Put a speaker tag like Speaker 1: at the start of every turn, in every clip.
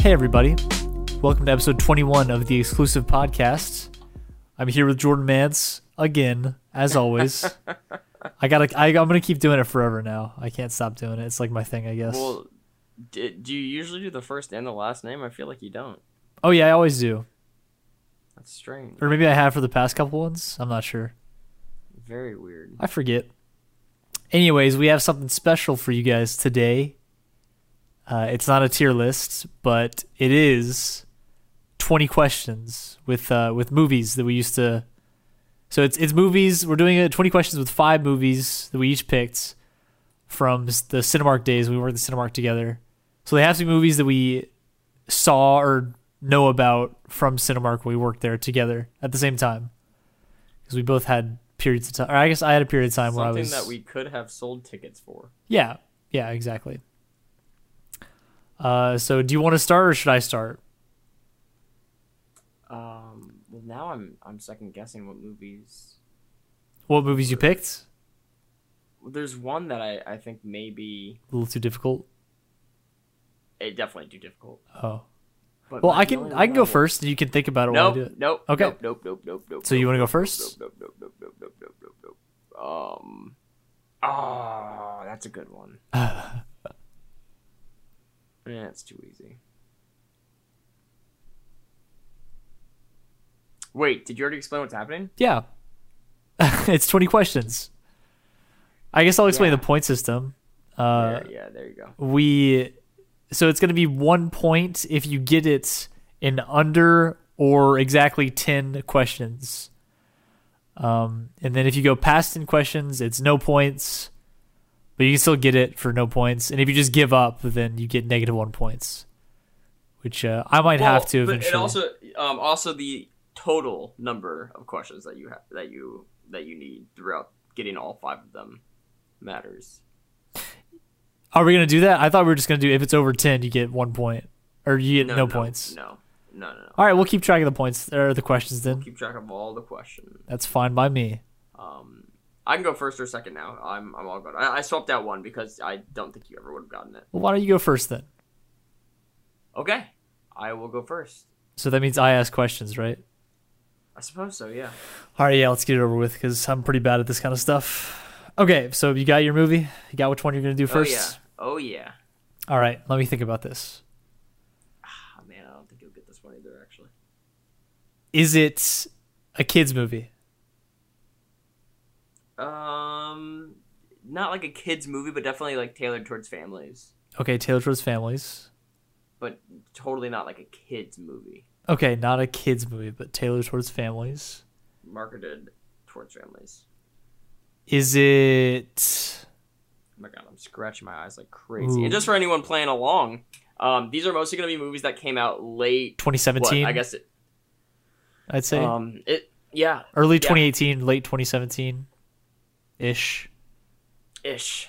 Speaker 1: Hey, everybody. Welcome to episode 21 of the exclusive podcast. I'm here with Jordan Mance again, as always. I gotta, I, I'm gonna keep doing it forever now. I can't stop doing it. It's like my thing, I guess.
Speaker 2: Well, d- do you usually do the first and the last name? I feel like you don't.
Speaker 1: oh, yeah, I always do.
Speaker 2: That's strange.
Speaker 1: Or maybe I have for the past couple ones. I'm not sure.
Speaker 2: Very weird.
Speaker 1: I forget. Anyways, we have something special for you guys today. Uh, it's not a tier list, but it is 20 questions with uh, with movies that we used to. So it's it's movies. We're doing uh 20 questions with five movies that we each picked from s- the Cinemark days. We worked at Cinemark together, so they have some movies that we saw or know about from Cinemark. when We worked there together at the same time because we both had periods of time. Or I guess I had a period of time where I
Speaker 2: Something
Speaker 1: was
Speaker 2: that we could have sold tickets for.
Speaker 1: yeah, yeah, exactly. Uh, so do you want to start or should I start?
Speaker 2: Um, well, now I'm I'm second guessing what movies.
Speaker 1: What movies you picked?
Speaker 2: Well, There's one that I I think maybe
Speaker 1: A little too difficult.
Speaker 2: it definitely too difficult.
Speaker 1: Oh,
Speaker 2: But
Speaker 1: well,
Speaker 2: that's
Speaker 1: I
Speaker 2: the
Speaker 1: can
Speaker 2: only
Speaker 1: I can
Speaker 2: one
Speaker 1: go
Speaker 2: will-
Speaker 1: first, and you can think about it while I
Speaker 2: Nope,
Speaker 1: do it.
Speaker 2: nope.
Speaker 1: Okay.
Speaker 2: Nope. Nope. Nope. Nope. Nope.
Speaker 1: So you
Speaker 2: nope,
Speaker 1: want to go
Speaker 2: Nope.
Speaker 1: first?
Speaker 2: Nope. Nope. Nope. Nope. Nope. Nope. Nope. Nope. Nope. Um. Oh, that's a good one. Yeah, it's too easy. Wait, did you already explain what's happening?
Speaker 1: Yeah, it's twenty questions. I guess I'll explain
Speaker 2: Yeah.
Speaker 1: the point system. Uh,
Speaker 2: there, yeah, there you go.
Speaker 1: we so it's going to be one point if you get it in under or exactly 10 questions um, and then if you go past 10 questions it's no points but you can still get it for no points and if you just give up then you get negative one points which uh, i might have to
Speaker 2: but
Speaker 1: eventually
Speaker 2: it also um also the total number of questions that you have that you that you need throughout getting all five of them matters.
Speaker 1: are we going to do that i thought we were just going to do if it's over 10 you get one point or you get no, points
Speaker 2: No, no, no. no.
Speaker 1: all right we'll keep track of the points or the questions then
Speaker 2: Keep track of all the questions.
Speaker 1: that's fine by me
Speaker 2: Um, I can go first or second now. I'm I'm all good. I, I swapped out one because I don't think you ever would have gotten it.
Speaker 1: well, why don't you go first then
Speaker 2: Okay, I will go first.
Speaker 1: so that means i ask questions right
Speaker 2: I suppose so. Yeah.
Speaker 1: All right, yeah, let's get it over with because I'm pretty bad at this kind of stuff. Okay, so you got your movie? You got which one you're going to do first?
Speaker 2: Oh yeah. Oh yeah.
Speaker 1: All right, let me think about this.
Speaker 2: Ah, man, I don't think you'll get this one either. Actually,
Speaker 1: Is it a kids movie?
Speaker 2: um, not like a kids movie, but definitely like tailored towards families.
Speaker 1: Okay, Taylor Towards Families.
Speaker 2: But totally not like a kids movie
Speaker 1: Okay, not a kids movie, but Taylor Towards Families.
Speaker 2: marketed towards families.
Speaker 1: Is it
Speaker 2: Oh my god, I'm scratching my eyes like crazy.
Speaker 1: Ooh.
Speaker 2: And just for anyone playing along, um, these are mostly gonna be movies that came out late. What,
Speaker 1: 2017?
Speaker 2: I guess it,
Speaker 1: I'd say
Speaker 2: um, it yeah
Speaker 1: early
Speaker 2: yeah.
Speaker 1: 2018, late 2017 ish,
Speaker 2: ish.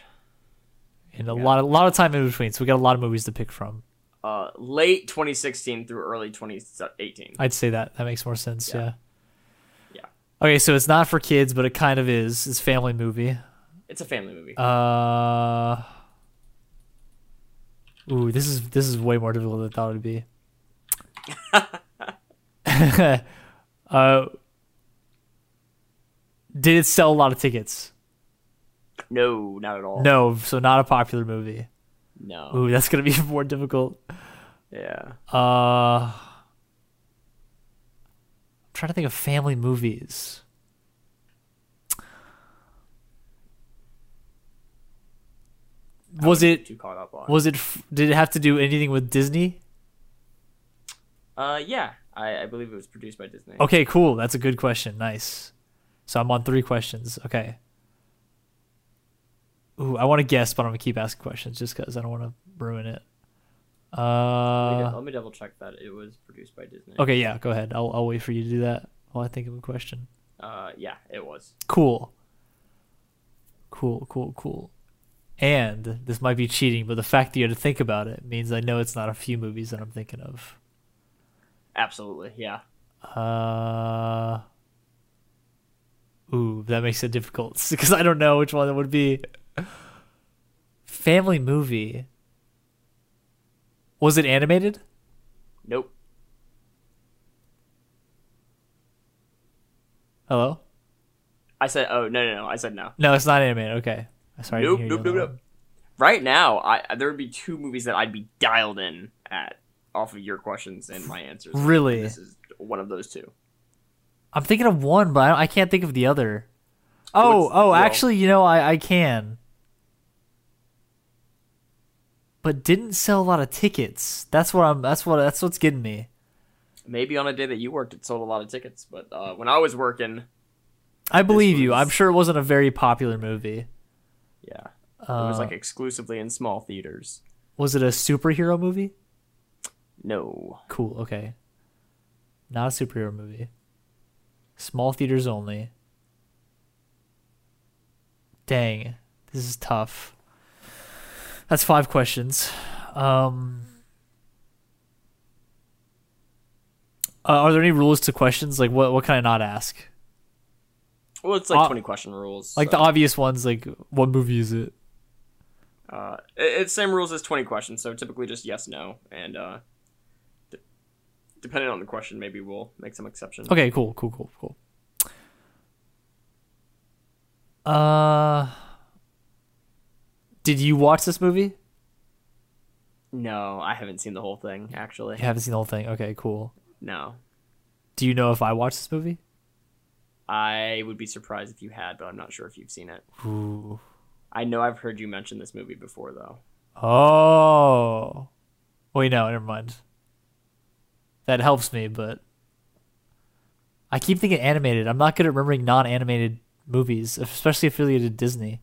Speaker 1: and a
Speaker 2: Yeah.
Speaker 1: lot, a lot of time in between. So we got a lot of movies to pick from.
Speaker 2: Uh, late 2016 through early 2018.
Speaker 1: I'd say that that makes more sense. Yeah.
Speaker 2: Yeah.
Speaker 1: Okay, so it's not for kids, but it kind of is. It's a family movie.
Speaker 2: It's a family movie.
Speaker 1: Uh. Ooh, this is this is way more difficult than I thought it'd be. uh, did it sell a lot of tickets?
Speaker 2: no, not at all.
Speaker 1: No, so not a popular movie.
Speaker 2: No.
Speaker 1: Ooh, that's gonna be more difficult.
Speaker 2: Yeah.
Speaker 1: Uh, I'm trying to think of family movies. Was it
Speaker 2: Too caught up on.
Speaker 1: was it f- did it have to do anything with Disney?
Speaker 2: uh, yeah. I, I believe it was produced by Disney.
Speaker 1: Okay, cool. That's a good question. Nice. So I'm on three questions. Okay. Ooh, I want to guess, but I'm gonna keep asking questions just because I don't want to ruin it.
Speaker 2: Let me
Speaker 1: Uh,
Speaker 2: dou- Let me double check that it was produced by Disney.
Speaker 1: okay, yeah, go ahead. I'll I'll wait for you to do that while I think of a question.
Speaker 2: Uh, yeah, it was.
Speaker 1: cool cool cool cool and this might be cheating but the fact that you had to think about it means i know it's not a few movies that i'm thinking of
Speaker 2: Absolutely. Yeah.
Speaker 1: uh ooh that makes it difficult because i don't know which one it would be family movie was it animated
Speaker 2: Nope.
Speaker 1: Hello?
Speaker 2: I said, oh no no no. I said no.
Speaker 1: No, it's not anime. Okay. Sorry. I didn't
Speaker 2: Nope,
Speaker 1: hear you
Speaker 2: nope,
Speaker 1: on
Speaker 2: nope,
Speaker 1: that
Speaker 2: nope.
Speaker 1: one.
Speaker 2: Right now, I there would be two movies that I'd be dialed in at off of your questions and my answers.
Speaker 1: Really?
Speaker 2: This is one of those two.
Speaker 1: I'm thinking of one, but I, don't- I can't think of the other. Oh,
Speaker 2: What's-
Speaker 1: oh,
Speaker 2: well-
Speaker 1: actually, you know, I, I can. But didn't sell a lot of tickets. That's what I'm. That's what. That's what's getting me.
Speaker 2: Maybe on a day that you worked, it sold a lot of tickets. But uh, when I was working,
Speaker 1: I believe you.
Speaker 2: was-
Speaker 1: I'm sure it wasn't a very popular movie.
Speaker 2: yeah, it was like
Speaker 1: Uh,
Speaker 2: exclusively in small theaters.
Speaker 1: Was it a superhero movie?
Speaker 2: No,
Speaker 1: Cool. Okay. Not a superhero movie. Small theaters only. Dang, this is tough. That's five questions. Um, uh, are there any rules to questions? Like, what what can I not ask?
Speaker 2: well, it's like
Speaker 1: Uh,
Speaker 2: twenty question rules.
Speaker 1: Like the obvious ones, like what movie is it?
Speaker 2: the uh, it, it's same rules as twenty questions. So typically just yes, no, and uh, de- depending on the question, maybe we'll make some exceptions.
Speaker 1: Okay, cool, cool, cool, cool. Uh, did you watch this movie?
Speaker 2: No, I haven't seen the whole thing actually.
Speaker 1: You haven't seen the whole thing. Okay, cool.
Speaker 2: No,
Speaker 1: Do you know if I watched this movie?
Speaker 2: I would be surprised if you had, but I'm not sure if you've seen it.
Speaker 1: Ooh.
Speaker 2: I know I've heard you mention this movie before, though.
Speaker 1: Oh. Wait, no, never mind. That helps me, but I keep thinking animated. I'm not good at remembering non-animated movies, especially affiliated to Disney.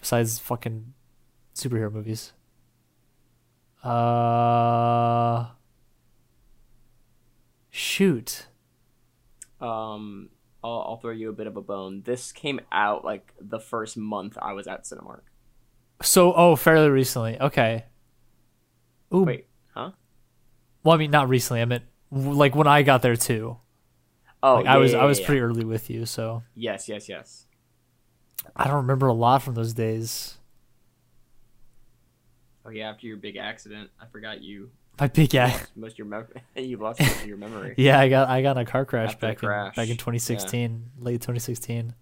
Speaker 1: Besides fucking superhero movies. Uh. Shoot.
Speaker 2: Um, I'll, I'll throw you a bit of a bone. This came out like the first month I was at Cinemark.
Speaker 1: So, oh, fairly recently. Okay. Ooh,
Speaker 2: Wait, huh?
Speaker 1: Well, I mean, not recently. I meant w- like when I got there too.
Speaker 2: Oh,
Speaker 1: Like I was,
Speaker 2: yeah,
Speaker 1: I
Speaker 2: yeah,
Speaker 1: was
Speaker 2: yeah.
Speaker 1: pretty early with you, so
Speaker 2: Yes, yes, yes.
Speaker 1: I don't remember a lot from those days.
Speaker 2: Oh yeah, after your big accident, I forgot you.
Speaker 1: My big yeah,
Speaker 2: lost Most of your mem- you lost most of your memory.
Speaker 1: yeah. I got, I got in a car crash
Speaker 2: After the
Speaker 1: back
Speaker 2: crash,
Speaker 1: in back in
Speaker 2: yeah.
Speaker 1: 2016, late 2016.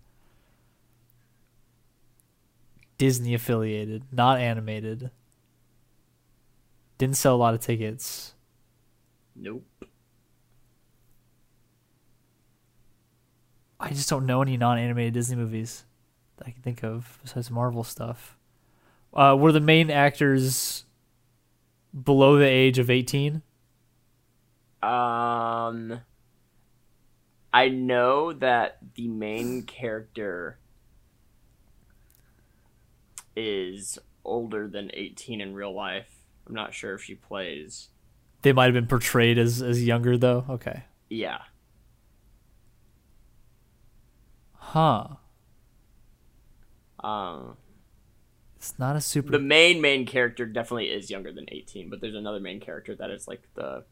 Speaker 1: Disney affiliated, not animated. Didn't sell a lot of tickets.
Speaker 2: Nope.
Speaker 1: I just don't know any non-animated Disney movies that I can think of besides Marvel stuff. Uh, were the main actors below the age of eighteen?
Speaker 2: Um, I know that the main character is older than 18 in real life. I'm not sure if she plays.
Speaker 1: They might have been portrayed as as younger though. Okay.
Speaker 2: Yeah.
Speaker 1: Huh.
Speaker 2: Um,
Speaker 1: It's not a super.
Speaker 2: the main main character definitely is younger than 18, but there's another main character that is like the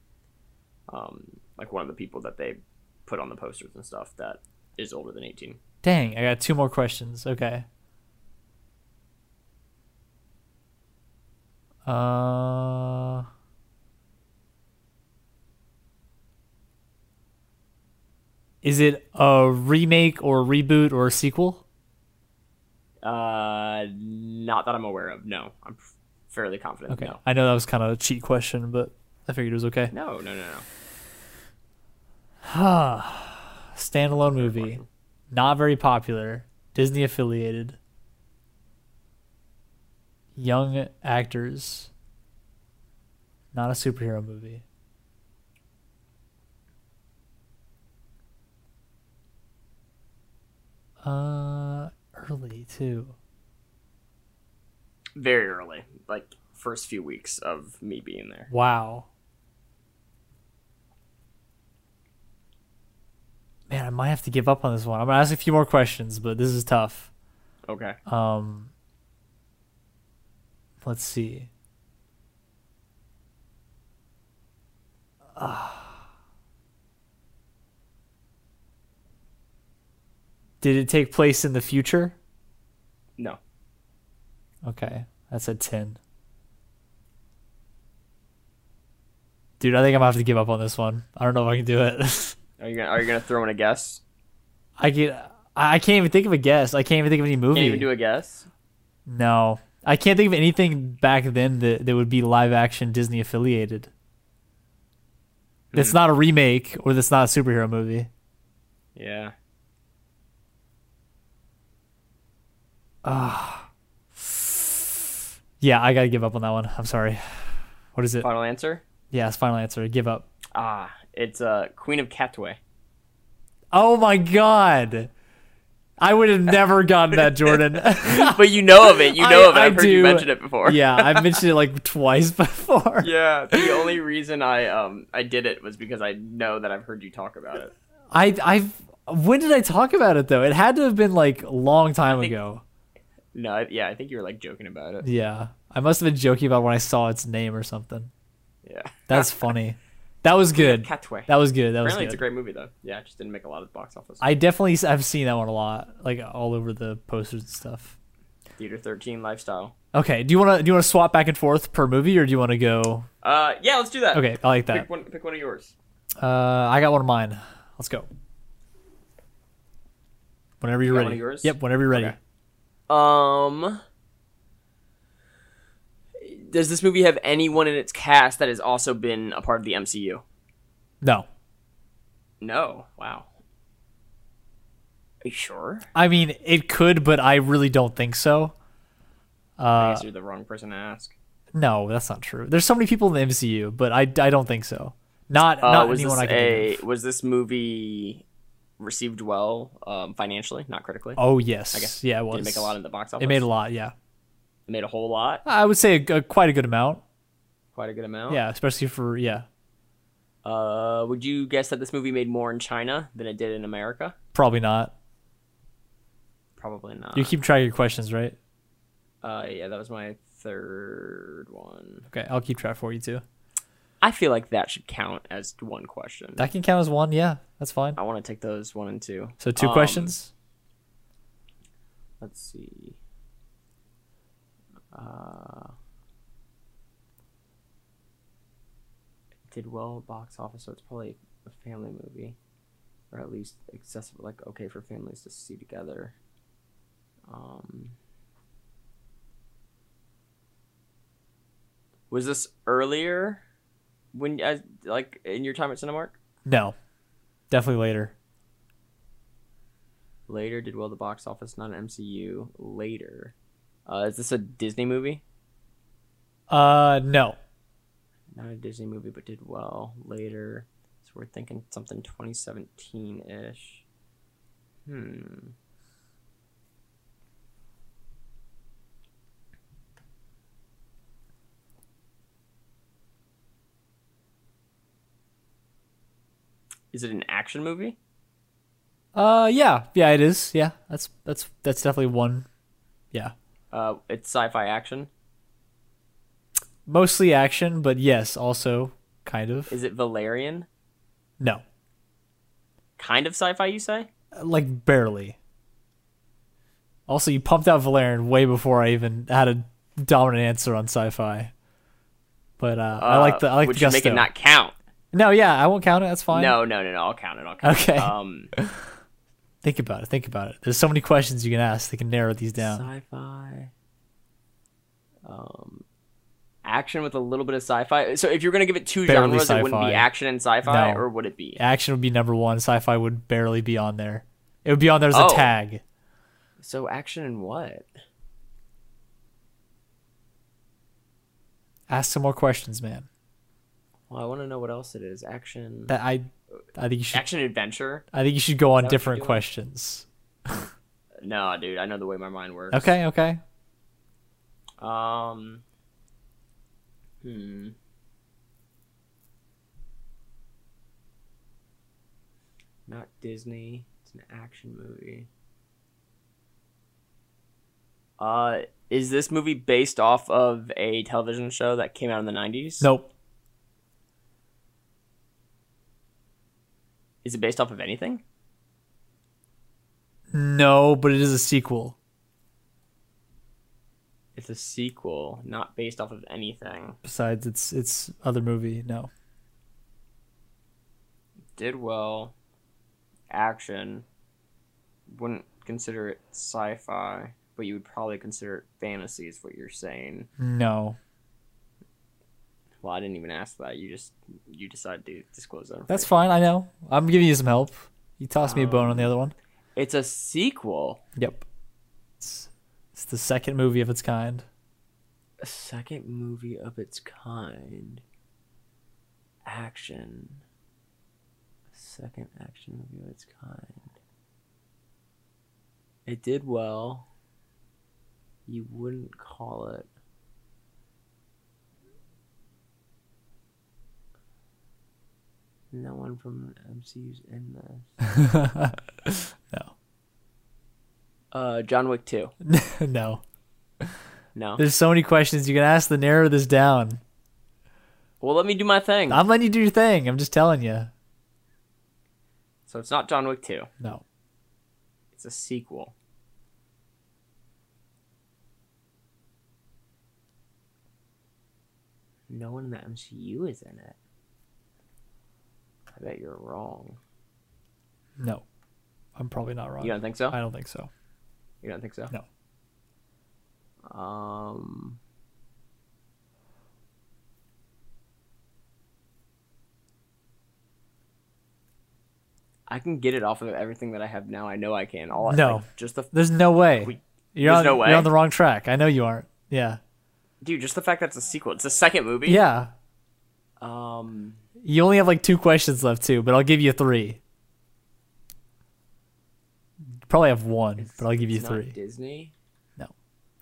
Speaker 2: um like one of the people that they put on the posters and stuff that is older than 18.
Speaker 1: Dang, I got two more questions. Okay. Uh. Is it a remake or a reboot or a sequel?
Speaker 2: Uh not that I'm aware of. No. I'm fairly confident.
Speaker 1: Okay.
Speaker 2: No.
Speaker 1: I know that was kind of a cheat question, but I figured it was okay.
Speaker 2: No, no, no, no.
Speaker 1: Standalone movie. Not very popular. Disney affiliated. Young actors. Not a superhero movie. Uh, early too.
Speaker 2: very early, like first few weeks of me being there.
Speaker 1: Wow. Man, I might have to give up on this one. I'm gonna ask a few more questions, but this is tough.
Speaker 2: Okay.
Speaker 1: Um, let's see. Ah. did it take place in the future?
Speaker 2: No.
Speaker 1: Okay, that's a ten. Dude, I think I'm gonna have to give up on this one. I don't know if I can do it.
Speaker 2: Are you gonna Are you gonna throw in a guess?
Speaker 1: I get. I I can't even think of a guess. I can't even think of any movie.
Speaker 2: Can't even do a guess.
Speaker 1: no, I can't think of anything back then that that would be live action Disney affiliated. That's
Speaker 2: Hmm.
Speaker 1: not a remake or that's not a superhero movie.
Speaker 2: Yeah.
Speaker 1: Yeah, I gotta give up on that one. I'm sorry. What is it?
Speaker 2: Final answer.
Speaker 1: Yeah, it's final answer. Give up.
Speaker 2: Ah, it's uh Queen of Katwe.
Speaker 1: Oh my god. I would have never gotten that, Jordan.
Speaker 2: but you know of it. You know
Speaker 1: I-
Speaker 2: of it.
Speaker 1: I
Speaker 2: I've heard
Speaker 1: do.
Speaker 2: you mention it before.
Speaker 1: yeah, I've mentioned it like twice before.
Speaker 2: Yeah. The only reason I um I did it was because I know that I've heard you talk about it.
Speaker 1: I I've when did I talk about it though? It had to have been like a long time
Speaker 2: think-
Speaker 1: ago.
Speaker 2: No, I, yeah, I think you were like joking about it.
Speaker 1: Yeah. I must have been joking about when I saw its name or something.
Speaker 2: Yeah.
Speaker 1: That's funny. That was good.
Speaker 2: Katwe.
Speaker 1: That was good. That was
Speaker 2: Apparently, it's a
Speaker 1: good.
Speaker 2: great movie though. Yeah, it just didn't make a lot of box office.
Speaker 1: I definitely s- I've seen that one a lot, like all over the posters and stuff.
Speaker 2: Theater 13 lifestyle.
Speaker 1: Okay, do you want to do you want to swap back and forth per movie, or do you want to go?
Speaker 2: Uh, yeah, let's do that.
Speaker 1: Okay, I like that.
Speaker 2: Pick one. Pick one of yours.
Speaker 1: Uh, I got one of mine. Let's go. Whenever you're
Speaker 2: got
Speaker 1: ready.
Speaker 2: one of yours?
Speaker 1: Yep. Whenever you're ready.
Speaker 2: Okay. Um. Does this movie have anyone in its cast that has also been a part of the MCU?
Speaker 1: No,
Speaker 2: No. Wow. Are you sure?
Speaker 1: I mean it could, but I really don't think so.
Speaker 2: I
Speaker 1: Uh,
Speaker 2: guess you're the wrong person to ask.
Speaker 1: no, that's not true. There's so many people in the MCU, but I, I don't think so. Not
Speaker 2: Uh,
Speaker 1: not
Speaker 2: was this
Speaker 1: anyone I can think
Speaker 2: a
Speaker 1: of.
Speaker 2: was this movie received well um, financially, not critically?
Speaker 1: Oh yes,
Speaker 2: I guess
Speaker 1: yeah, it was.
Speaker 2: Did it make a lot in the box office?
Speaker 1: It made a lot. Yeah,
Speaker 2: It made a whole lot.
Speaker 1: I would say a, a, quite a good amount.
Speaker 2: Quite a good amount.
Speaker 1: Yeah, especially for yeah,
Speaker 2: Uh, would you guess that this movie made more in China than it did in America?
Speaker 1: probably not.
Speaker 2: Probably not.
Speaker 1: You keep track of your questions, right?
Speaker 2: Uh, yeah, that was my third one.
Speaker 1: Okay, I'll keep track for you too.
Speaker 2: I feel like that should count as one question.
Speaker 1: That can count as one. Yeah, that's fine.
Speaker 2: I want to take those one and two.
Speaker 1: So two
Speaker 2: Um,
Speaker 1: questions.
Speaker 2: Let's see. Uh, it did well at box office, so it's probably a family movie, or at least accessible, like okay for families to see together. Um, was this earlier when as like in your time at Cinemark?
Speaker 1: No, definitely later.
Speaker 2: Later did well at the box office, not an MCU. Later, uh, is this a Disney movie?
Speaker 1: Uh, no.
Speaker 2: Not a Disney movie, but did well later. So we're thinking something 2017 ish. Hmm. Is it an action movie?
Speaker 1: Uh, yeah, yeah, it is. Yeah, that's that's that's definitely one. Yeah,
Speaker 2: Uh, it's sci-fi action.
Speaker 1: mostly action, but yes, also kind of.
Speaker 2: Is it Valerian?
Speaker 1: No,
Speaker 2: Kind of sci-fi, you say?
Speaker 1: like barely. Also, you pumped out Valerian way before I even had a dominant answer on sci-fi. But uh, I like the I like
Speaker 2: which
Speaker 1: the gusto.
Speaker 2: make it not count.
Speaker 1: no, yeah, I won't count it. That's fine.
Speaker 2: No, no, no, no. I'll count it. I'll count
Speaker 1: Okay.
Speaker 2: It. Um,
Speaker 1: Think about it. Think about it. There's so many questions you can ask that can narrow these down.
Speaker 2: Sci-fi. Um, action with a little bit of sci-fi. So if you're gonna give it two
Speaker 1: Barely
Speaker 2: genres, it wouldn't
Speaker 1: sci-fi.
Speaker 2: be action and sci-fi,
Speaker 1: No.
Speaker 2: or would it be?
Speaker 1: Action would be number one. Sci-fi would barely be on there. It would be on there as a
Speaker 2: Oh.
Speaker 1: tag.
Speaker 2: So action and what?
Speaker 1: Ask some more questions, man.
Speaker 2: Well, I want to know what else it is. Action.
Speaker 1: That I, I think you should.
Speaker 2: action adventure.
Speaker 1: I think you should go on
Speaker 2: that what you're
Speaker 1: different
Speaker 2: doing?
Speaker 1: questions.
Speaker 2: No, dude. I know the way my mind works.
Speaker 1: Okay. Okay.
Speaker 2: Um. Hmm. Not Disney. It's an action movie. Uh, is this movie based off of a television show that came out in the nineties?
Speaker 1: Nope.
Speaker 2: Is it based off of anything?
Speaker 1: No, but it is a sequel.
Speaker 2: It's a sequel, not based off of anything.
Speaker 1: Besides, its its other movie. No.
Speaker 2: did well, action. Wouldn't consider it sci-fi, but you would probably consider it fantasy, is what you're saying.
Speaker 1: No,
Speaker 2: Well, I didn't even ask that. You just you decided to disclose that.
Speaker 1: that's fine. I know. I'm giving you some help. You tossed me a bone
Speaker 2: Um,
Speaker 1: on the other one.
Speaker 2: It's a sequel.
Speaker 1: Yep. It's, it's the second movie of its kind.
Speaker 2: A second movie of its kind. Action. Second action movie of its kind. It did well. You wouldn't call it. No one from MCU's in this.
Speaker 1: no,
Speaker 2: Uh, John Wick 2.
Speaker 1: no.
Speaker 2: No.
Speaker 1: There's so many questions you can ask to narrow this down.
Speaker 2: Well, let me do my thing.
Speaker 1: I'm letting you do your thing. I'm just telling you.
Speaker 2: So it's not John Wick 2.
Speaker 1: No.
Speaker 2: It's a sequel. No one in the MCU is in it. I bet you're wrong.
Speaker 1: No. I'm probably not wrong.
Speaker 2: You don't think so?
Speaker 1: I don't think so.
Speaker 2: You don't think so?
Speaker 1: No.
Speaker 2: Um. I can get it off of everything that I have now. I know I can. All I-
Speaker 1: No.
Speaker 2: like, just the
Speaker 1: There's no way.
Speaker 2: We-
Speaker 1: you're
Speaker 2: there's
Speaker 1: on,
Speaker 2: no way?
Speaker 1: You're on the wrong track. I know you aren't. Yeah.
Speaker 2: dude, just the fact that it's a sequel. It's a second movie.
Speaker 1: Yeah.
Speaker 2: Um.
Speaker 1: You only have like two questions left too, but I'll give you three. You probably have one, but I'll give you
Speaker 2: it's
Speaker 1: three.
Speaker 2: Not Disney.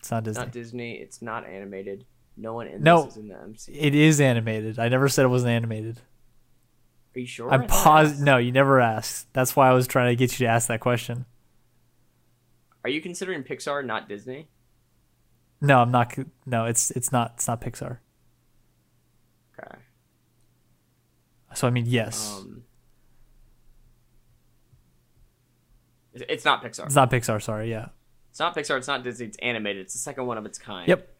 Speaker 1: it's not
Speaker 2: It's
Speaker 1: Disney.
Speaker 2: not Disney. It's not animated. No one in
Speaker 1: No.
Speaker 2: this is in the MCU.
Speaker 1: it is animated. I never said it wasn't animated.
Speaker 2: Are you sure?
Speaker 1: I'm pos. No, you never asked. That's why I was trying to get you to ask that question.
Speaker 2: Are you considering Pixar not Disney?
Speaker 1: No, I'm not. c- No, it's it's not. It's not Pixar.
Speaker 2: Okay.
Speaker 1: So I mean, yes,
Speaker 2: Um. it- It's not Pixar.
Speaker 1: it's not Pixar. Sorry. Yeah.
Speaker 2: It's not Pixar. It's not Disney. It's animated. It's the second one of its kind.
Speaker 1: Yep.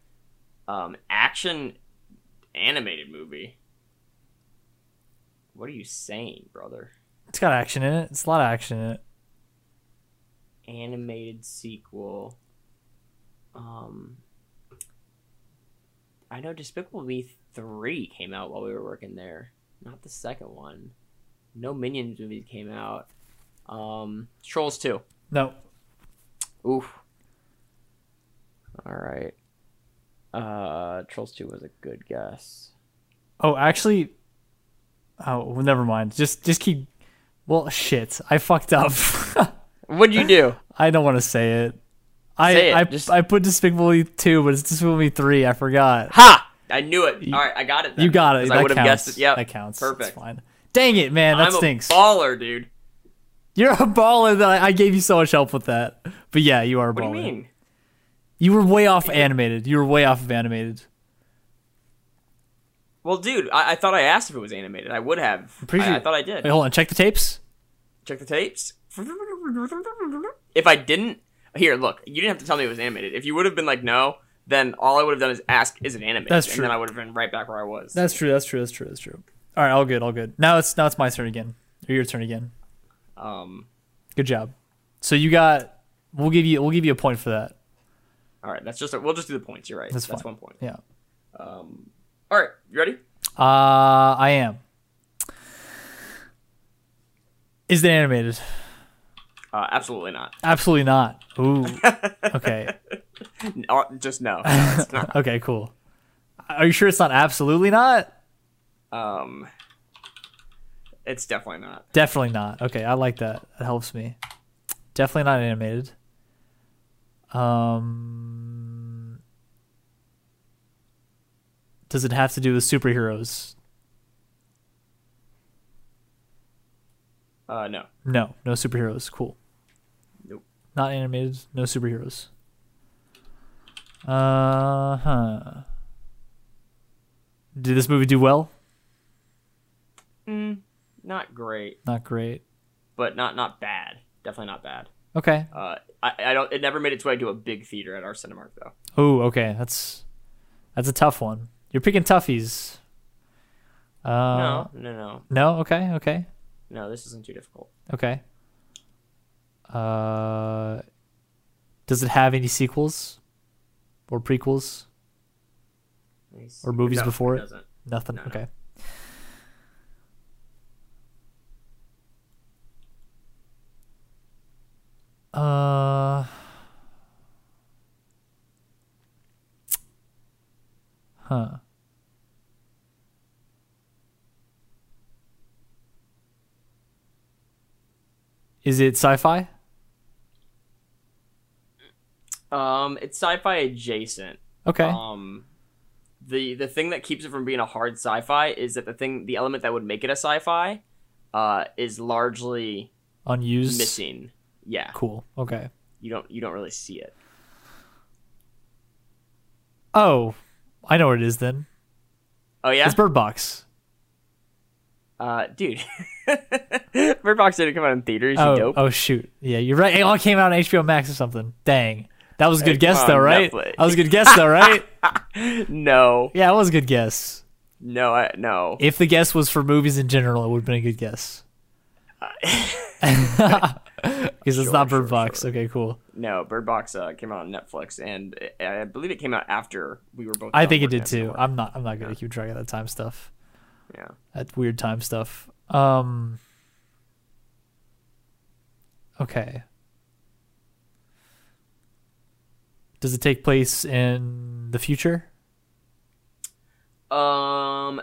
Speaker 2: Um, action animated movie. What are you saying, brother?
Speaker 1: It's got action in it. It's a lot of action in it.
Speaker 2: animated sequel. Um, I know Despicable Me three came out while we were working there. Not the second one. No Minions movie came out. Um, Trolls two.
Speaker 1: No.
Speaker 2: Oof. All right. Uh, Trolls two was a good guess.
Speaker 1: Oh, actually. Oh, well, never mind. Just just keep. Well, shit. I fucked up.
Speaker 2: What'd you do?
Speaker 1: I don't want to say it. I
Speaker 2: Say it,
Speaker 1: I
Speaker 2: just-
Speaker 1: I put Despicable Me two, but it's Despicable Me three. I forgot.
Speaker 2: ha! I knew it. All right, I got it. Then,
Speaker 1: You got it.
Speaker 2: 'cause
Speaker 1: That
Speaker 2: I would have
Speaker 1: counts.
Speaker 2: guessed it. Yeah,
Speaker 1: that counts. That's
Speaker 2: Perfect.
Speaker 1: fine. Dang it, man. That
Speaker 2: I'm
Speaker 1: stinks.
Speaker 2: a baller, dude.
Speaker 1: You're a baller. That I I gave you so much help with that. But yeah, you are a
Speaker 2: What
Speaker 1: baller.
Speaker 2: do you mean?
Speaker 1: You were way off animated. You were way off of animated.
Speaker 2: Well, dude, I, I thought I asked if it was animated. I would have.
Speaker 1: pretty
Speaker 2: I,
Speaker 1: sure-
Speaker 2: I thought I did.
Speaker 1: Wait, hold on. Check the tapes.
Speaker 2: Check the tapes. If I didn't, here, look, you didn't have to tell me it was animated. If you would have been like no, then all I would have done is ask, is it animated?
Speaker 1: That's
Speaker 2: And
Speaker 1: true.
Speaker 2: then I would have been right back where I was.
Speaker 1: That's true. That's true. That's true. That's true. All right. All good. All good. Now it's now it's my turn again. Or your turn again.
Speaker 2: um.
Speaker 1: Good job. So you got. We'll give you. We'll give you a point for that.
Speaker 2: All right, that's just we'll just do the points. You're right.
Speaker 1: That's
Speaker 2: That's,
Speaker 1: fine.
Speaker 2: one point.
Speaker 1: Yeah.
Speaker 2: All right, you ready?
Speaker 1: Uh, I am. Is it animated?
Speaker 2: Uh, absolutely not.
Speaker 1: Absolutely not. Ooh. Okay.
Speaker 2: N- uh, just no. No, it's not.
Speaker 1: Okay. Cool. Are you sure it's not absolutely not?
Speaker 2: Um. It's definitely not.
Speaker 1: Definitely not. Okay, I like that. That helps me. Definitely not animated. Um, does it have to do with superheroes?
Speaker 2: Uh, no.
Speaker 1: No, no superheroes. Cool.
Speaker 2: Nope.
Speaker 1: Not animated. No superheroes. Uh huh. Did this movie do well?
Speaker 2: Mm, not great,
Speaker 1: Not great.
Speaker 2: but not not bad. Definitely not bad.
Speaker 1: Okay.
Speaker 2: Uh, I, I don't. It never made its way to a big theater at our Cinemark though.
Speaker 1: Oh, okay. That's that's a tough one. You're picking toughies. Uh,
Speaker 2: no, no, no.
Speaker 1: No. Okay. Okay.
Speaker 2: No, this isn't too difficult.
Speaker 1: Okay. Uh, does it have any sequels or prequels?
Speaker 2: Let me see.
Speaker 1: Or movies
Speaker 2: No,
Speaker 1: before it?
Speaker 2: doesn't.
Speaker 1: Nothing.
Speaker 2: No, no.
Speaker 1: okay. Uh. Huh. Is it sci-fi?
Speaker 2: Um, it's sci-fi adjacent.
Speaker 1: Okay.
Speaker 2: Um, the the thing that keeps it from being a hard sci-fi is that the thing, the element that would make it a sci-fi, uh, is largely
Speaker 1: Unused.
Speaker 2: missing. Yeah,
Speaker 1: Cool. Okay.
Speaker 2: you don't you don't really see it.
Speaker 1: Oh, I know what it is then.
Speaker 2: Oh yeah,
Speaker 1: It's Bird Box.
Speaker 2: uh, dude, Bird Box didn't come out in theaters. You
Speaker 1: Oh,
Speaker 2: dope.
Speaker 1: oh shoot. Yeah, you're right. It all came out on HBO Max or something. Dang. That was a good
Speaker 2: Hey,
Speaker 1: guess
Speaker 2: come
Speaker 1: though,
Speaker 2: on,
Speaker 1: right?
Speaker 2: Netflix.
Speaker 1: That was a good guess though, right?
Speaker 2: No,
Speaker 1: yeah, it was a good guess.
Speaker 2: no, I, no.
Speaker 1: If the guess was for movies in general, it would have been a good guess. Because it's
Speaker 2: Sure,
Speaker 1: not Bird
Speaker 2: sure,
Speaker 1: Box. Okay, cool.
Speaker 2: No, Bird Box uh, came out on Netflix, and I I believe it came out after we were both.
Speaker 1: I
Speaker 2: done
Speaker 1: think it
Speaker 2: working
Speaker 1: did
Speaker 2: at
Speaker 1: too.
Speaker 2: Score.
Speaker 1: I'm not I'm not gonna keep track of that time stuff.
Speaker 2: Yeah.
Speaker 1: That weird time stuff. Um Okay. Does it take place in the future?
Speaker 2: Um,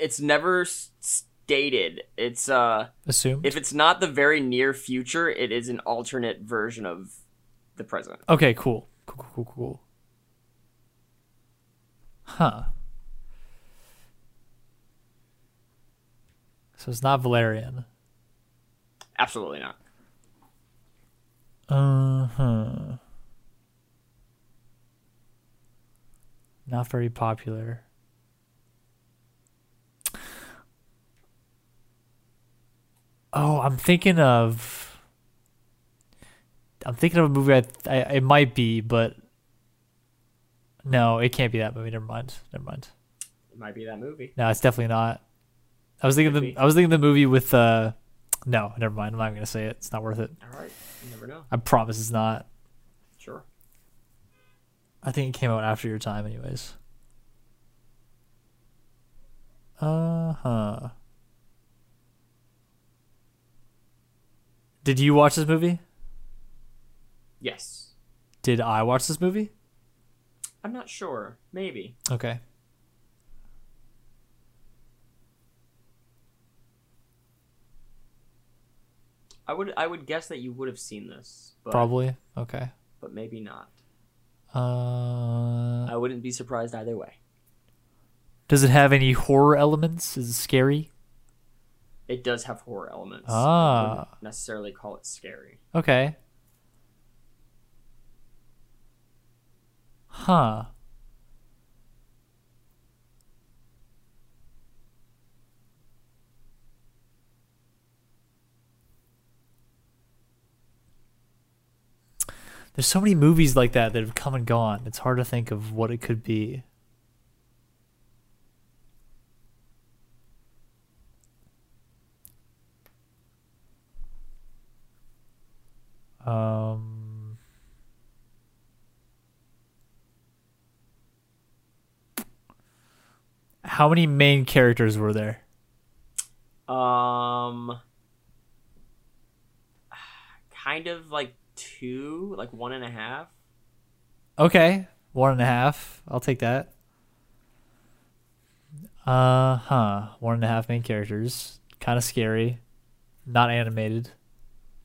Speaker 2: it's never s- stated. It's uh,
Speaker 1: Assume.
Speaker 2: if it's not the very near future, it is an alternate version of the present.
Speaker 1: Okay, cool. Cool, cool, cool, cool. Huh. So it's not Valerian.
Speaker 2: Absolutely not.
Speaker 1: Uh huh.
Speaker 2: Uh-huh.
Speaker 1: Not very popular. Oh, I'm thinking of. I'm thinking of a movie. I, I it might be, but no, it can't be that movie. Never mind. Never mind.
Speaker 2: It might be that movie.
Speaker 1: No, it's definitely not. I was thinking
Speaker 2: Could
Speaker 1: the
Speaker 2: be.
Speaker 1: I was thinking the movie with uh, no, never mind. I'm not gonna say it. It's not worth it.
Speaker 2: All right, you never know.
Speaker 1: I promise it's not.
Speaker 2: Sure.
Speaker 1: I think it came out after your time, anyways. Uh huh. Did you watch this movie?
Speaker 2: Yes,
Speaker 1: Did I watch this movie?
Speaker 2: I'm not sure. Maybe.
Speaker 1: Okay.
Speaker 2: I would. I would guess that you would have seen this, but
Speaker 1: Probably. Okay.
Speaker 2: but maybe not.
Speaker 1: Uh,
Speaker 2: I wouldn't be surprised either way.
Speaker 1: does it have any horror elements? Is it scary?
Speaker 2: It does have horror elements. I
Speaker 1: Ah.
Speaker 2: wouldn't necessarily call it scary.
Speaker 1: Okay. Huh. There's so many movies like that that have come and gone. It's hard to think of what it could be. Um, how many main characters were there?
Speaker 2: Um, kind of like two, like one and a half.
Speaker 1: Okay, one and a half. I'll take that. Uh huh. One and a half main characters. Kind of scary. Not animated.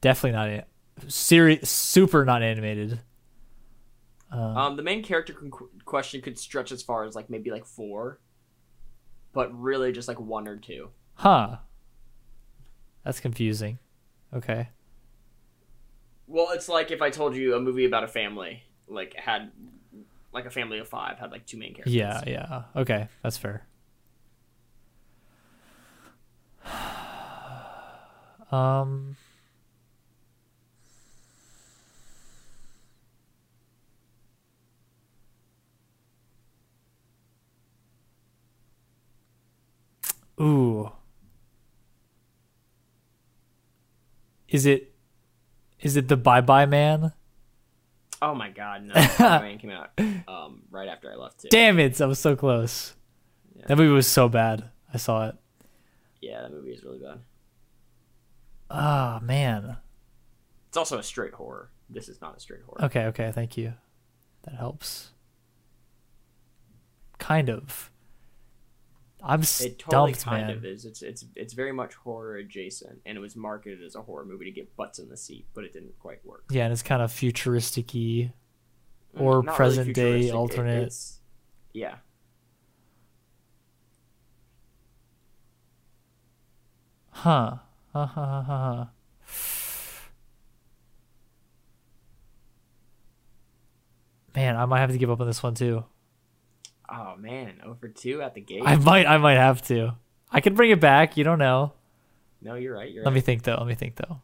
Speaker 1: Definitely not. A- seri- super not animated. Uh.
Speaker 2: Um, the main character con- question could stretch as far as like maybe like four, but really just like one or two.
Speaker 1: Huh. That's confusing. Okay.
Speaker 2: Well, it's like if I told you a movie about a family, like had like a family of five had like two main characters.
Speaker 1: Yeah, yeah. Okay, that's fair. Um Ooh. Is it is it the Bye Bye Man?
Speaker 2: Oh my god, no! Batman came out um, right after I left too.
Speaker 1: Damn it! I was so close.
Speaker 2: Yeah.
Speaker 1: That movie was so bad. I saw it.
Speaker 2: Yeah, that movie is really bad.
Speaker 1: Ah man.
Speaker 2: It's also a straight horror. This is not a straight horror.
Speaker 1: Okay, okay, thank you. That helps. Kind of. I'm
Speaker 2: It
Speaker 1: stumped,
Speaker 2: totally kind
Speaker 1: man.
Speaker 2: of is. It's it's it's very much horror adjacent, and it was marketed as a horror movie to get butts in the seat, but it didn't quite work.
Speaker 1: Yeah, and it's kind of futuristic-y. Or
Speaker 2: Mm, Not really
Speaker 1: present day
Speaker 2: futuristic, it-
Speaker 1: alternate.
Speaker 2: it's- yeah,
Speaker 1: Huh. Huh, huh, huh, huh, huh. Man, I might have to give up on this one too.
Speaker 2: Oh man, over two at the gate.
Speaker 1: I might I might have to. I could bring it back, you don't know.
Speaker 2: No, you're right. You're
Speaker 1: Let
Speaker 2: right.
Speaker 1: me think though. Let me think though.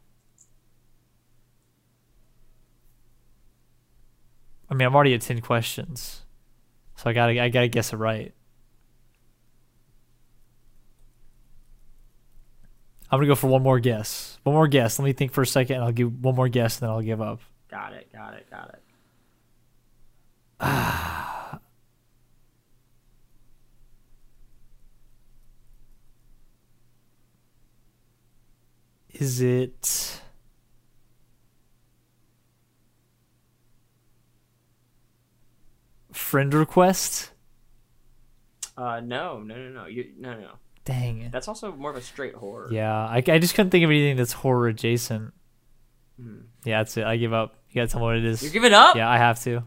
Speaker 1: I mean, I'm already at 10 questions. So I got to I got to guess it right. I'm going to go for one more guess. One more guess. Let me think for a second and I'll give one more guess and then I'll give up.
Speaker 2: Got it. Got it. Got it.
Speaker 1: Is it Friend request?
Speaker 2: Uh, no, no, no, no. You no, no, no.
Speaker 1: Dang it.
Speaker 2: That's also more of a straight horror.
Speaker 1: Yeah, I, I just couldn't think of anything that's horror adjacent. Yeah, that's it. I give up. You gotta tell me what it is.
Speaker 2: Hmm. You're giving up.
Speaker 1: yeah, I have to.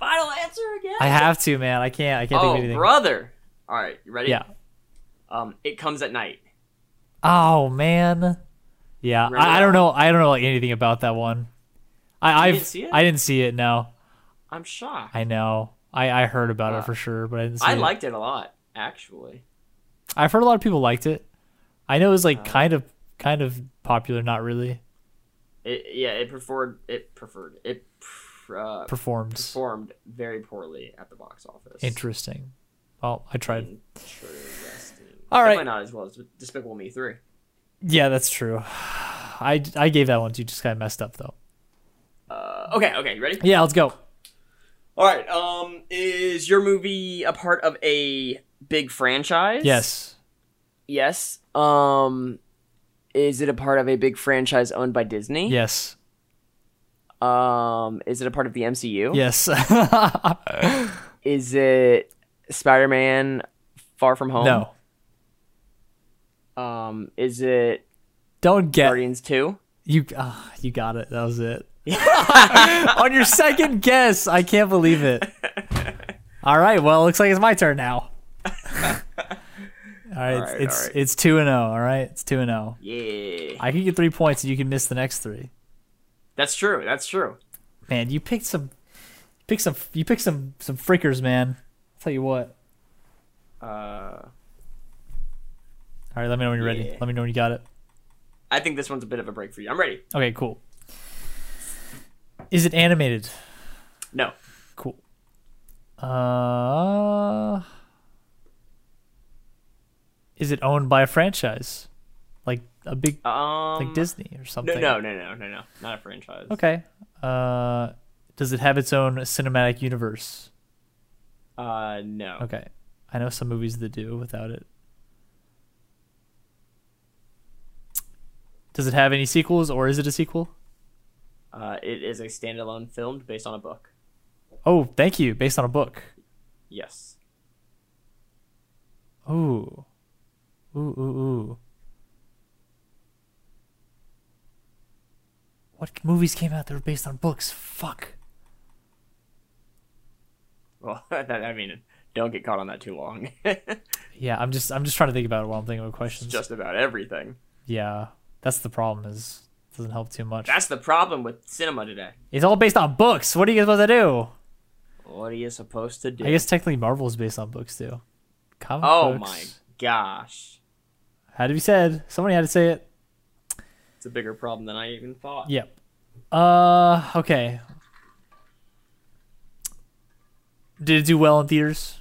Speaker 2: Final answer again.
Speaker 1: I have to, man. I can't. I can't think of
Speaker 2: Oh,
Speaker 1: anything.
Speaker 2: brother. All right, you ready?
Speaker 1: Yeah.
Speaker 2: Um, it comes at night.
Speaker 1: Oh man. Yeah,
Speaker 2: Remember
Speaker 1: I, I
Speaker 2: that
Speaker 1: don't know. I don't know like, anything about that one. I
Speaker 2: You
Speaker 1: I've,
Speaker 2: didn't see it?
Speaker 1: I didn't see it. No,
Speaker 2: I'm shocked. I,
Speaker 1: I know. I I heard about
Speaker 2: Wow.
Speaker 1: it for sure, but I didn't see it.
Speaker 2: liked it a lot, actually.
Speaker 1: I've heard a lot of people liked it. I know it was
Speaker 2: Uh.
Speaker 1: like kind of kind of popular, not really
Speaker 2: It yeah, it preferred it preferred it pr- uh,
Speaker 1: performed.
Speaker 2: performed very poorly at the box office.
Speaker 1: Interesting. Well, I tried.
Speaker 2: Mm. Interesting.
Speaker 1: All right.
Speaker 2: Definitely not as well as Despicable Me three.
Speaker 1: Yeah, that's true. I I gave that one to you. Just kind of messed up though.
Speaker 2: Uh, okay, okay, you ready?
Speaker 1: Yeah, let's go.
Speaker 2: All right. Um, is your movie a part of a big franchise?
Speaker 1: Yes.
Speaker 2: Yes. Um, is it a part of a big franchise owned by Disney?
Speaker 1: Yes.
Speaker 2: Um, is it a part of the MCU?
Speaker 1: Yes.
Speaker 2: Um, Is it Spider-Man: Far From Home?
Speaker 1: no.
Speaker 2: Um, is it
Speaker 1: Don't get
Speaker 2: Guardians Two?
Speaker 1: you. ah, you got it. That was it. On your second guess, I can't believe it. All right. Well, it looks like it's my turn now. all right.
Speaker 2: All right,
Speaker 1: it's
Speaker 2: all right.
Speaker 1: it's two and zero. All right. It's two and zero.
Speaker 2: Yeah.
Speaker 1: I can get three points, and you can miss the next three.
Speaker 2: That's true. That's true.
Speaker 1: Man, you picked some, pick some, you picked some some freakers, man. I'll tell you what.
Speaker 2: Uh,
Speaker 1: All right. Let me know when you're ready.
Speaker 2: Yeah.
Speaker 1: Let me know when you got it.
Speaker 2: I think this one's a bit of a break for you. I'm ready.
Speaker 1: Okay. Cool. Is it animated?
Speaker 2: No.
Speaker 1: Cool. Uh, is it owned by a franchise, like a big,
Speaker 2: Um.
Speaker 1: like Disney or
Speaker 2: No,
Speaker 1: something?
Speaker 2: no, no, no, no, no. Not a franchise.
Speaker 1: Okay. Uh, does it have its own cinematic universe?
Speaker 2: Uh, no.
Speaker 1: Okay. I know some movies that do without it. Does it have any sequels, or is it a sequel?
Speaker 2: Uh, it is a standalone film based on a book.
Speaker 1: Oh, thank you. Based on a book.
Speaker 2: Yes.
Speaker 1: Ooh. Ooh, ooh, ooh. What c- movies came out that were based on books? Fuck.
Speaker 2: Well, that, I mean, don't get caught on that too long.
Speaker 1: Yeah, I'm just I'm just trying to think about it while I'm thinking of questions.
Speaker 2: Just about everything.
Speaker 1: yeah. That's the problem is it doesn't help too much.
Speaker 2: That's the problem with cinema today.
Speaker 1: It's all based on books. What are you guys supposed to do?
Speaker 2: What are you supposed to do?
Speaker 1: I guess technically Marvel is based on books too. Comic
Speaker 2: oh
Speaker 1: books.
Speaker 2: my gosh,
Speaker 1: Had to be said. Somebody had to say it.
Speaker 2: it's a bigger problem than I even thought.
Speaker 1: Yep. Uh okay. Did it do well in theaters?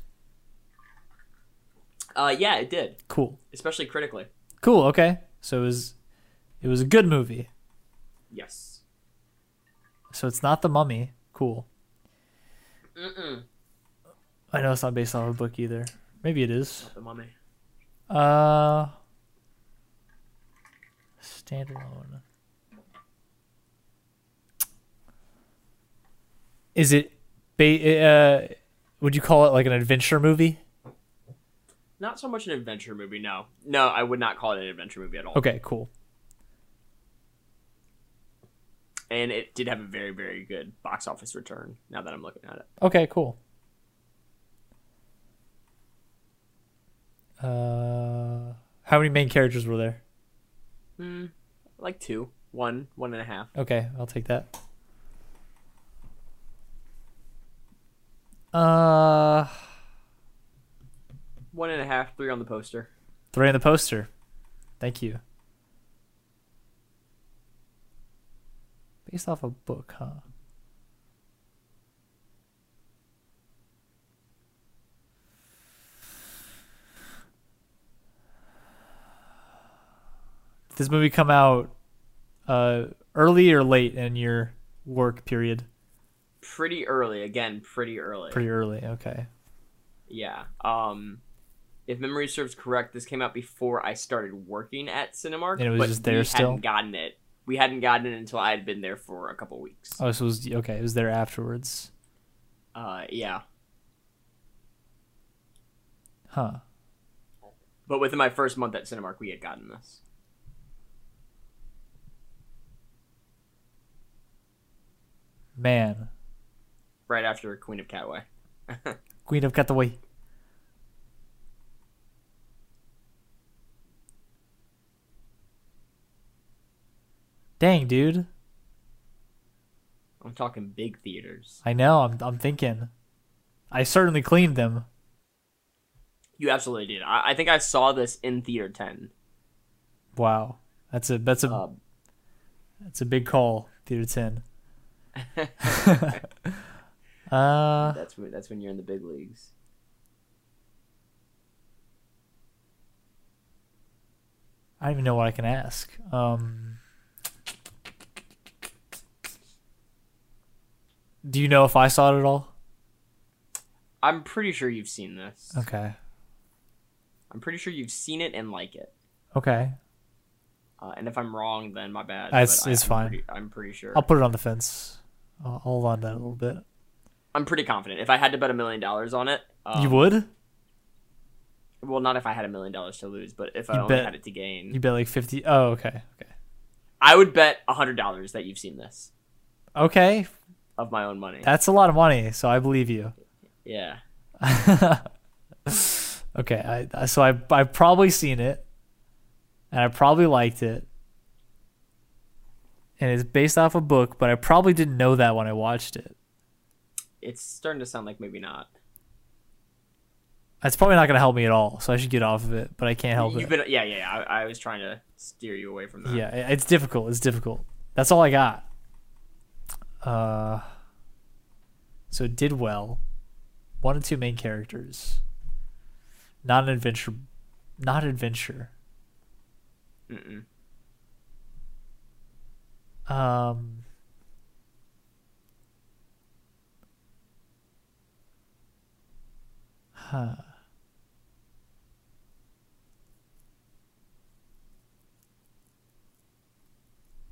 Speaker 2: Uh, yeah, it did,
Speaker 1: Cool.
Speaker 2: especially critically.
Speaker 1: Cool. Okay. So it was, it was a good movie.
Speaker 2: Yes.
Speaker 1: So it's not the mummy. Cool.
Speaker 2: Mm-mm.
Speaker 1: I know it's not based off a book either. Maybe it is.
Speaker 2: Not the mummy.
Speaker 1: Uh standalone. Is it ba- uh would you call it like an adventure movie?
Speaker 2: Not so much an adventure movie. No, no, I would not call it an adventure movie at all.
Speaker 1: Okay, cool.
Speaker 2: And it did have a very, very good box office return. Now that I'm looking at it,
Speaker 1: Okay, cool. Uh how many main characters were there?
Speaker 2: like two, one, one and a half.
Speaker 1: Okay, I'll take that. Uh,
Speaker 2: One and a half, three on the poster.
Speaker 1: three on the poster. Thank you. Based off a book, huh? Did this movie come out uh, early or late in your work period?
Speaker 2: Pretty early, again, pretty early.
Speaker 1: Pretty early. Okay.
Speaker 2: Yeah. Um, if memory serves correct, this came out before I started working at Cinemark.
Speaker 1: And it was
Speaker 2: but
Speaker 1: just there
Speaker 2: we
Speaker 1: still?
Speaker 2: Hadn't gotten it. We hadn't gotten it until I had been there for a couple weeks.
Speaker 1: Oh, so it was okay. It was there afterwards, Oh.
Speaker 2: Uh, yeah.
Speaker 1: huh?
Speaker 2: But within my first month at Cinemark, we had gotten this.
Speaker 1: Man,
Speaker 2: right after Queen of Catway.
Speaker 1: Queen of Cataway. Dang, dude.
Speaker 2: I'm talking big theaters.
Speaker 1: I know. I'm. I'm thinking. I certainly cleaned them.
Speaker 2: You absolutely did. I, I think I saw this in theater ten.
Speaker 1: Wow. That's a. That's a.
Speaker 2: Um,
Speaker 1: that's a big call. Theater ten. uh,
Speaker 2: Um, that's when that's when you're in the big leagues.
Speaker 1: I don't even know what I can ask. Um, do you know if I saw it at all?
Speaker 2: I'm pretty sure you've seen this.
Speaker 1: Okay.
Speaker 2: I'm pretty sure you've seen it and like it.
Speaker 1: Okay.
Speaker 2: Uh, and if I'm wrong, then my bad.
Speaker 1: That's-
Speaker 2: but
Speaker 1: it's
Speaker 2: I'm
Speaker 1: fine.
Speaker 2: Pretty, I'm pretty sure.
Speaker 1: I'll put it on the fence. I'll, I'll hold on to that a little bit.
Speaker 2: I'm pretty confident. If I had to bet a million dollars on it, um,
Speaker 1: you would?
Speaker 2: Well, not if I had a million dollars to lose, but if I
Speaker 1: You
Speaker 2: only
Speaker 1: bet-
Speaker 2: had it to gain,
Speaker 1: You bet like 50. Oh, okay. Okay.
Speaker 2: I would bet a hundred dollars that you've seen this
Speaker 1: Okay.
Speaker 2: of my own money.
Speaker 1: That's a lot of money, so I believe you.
Speaker 2: yeah.
Speaker 1: Okay. I, I so I I've probably seen it and I probably liked it. And it's based off a book, but I probably didn't know that when I watched it.
Speaker 2: It's starting to sound like maybe not.
Speaker 1: It's probably not going to help me at all, so I should get off of it, but I can't help
Speaker 2: You've
Speaker 1: it.
Speaker 2: been, yeah, yeah, yeah. I, I was trying to steer you away from that.
Speaker 1: Yeah, it- it's difficult. It's difficult. That's all I got. Uh, so it did well. One and two main characters. Not an adventure. Not adventure.
Speaker 2: Mm-mm.
Speaker 1: Um. Huh.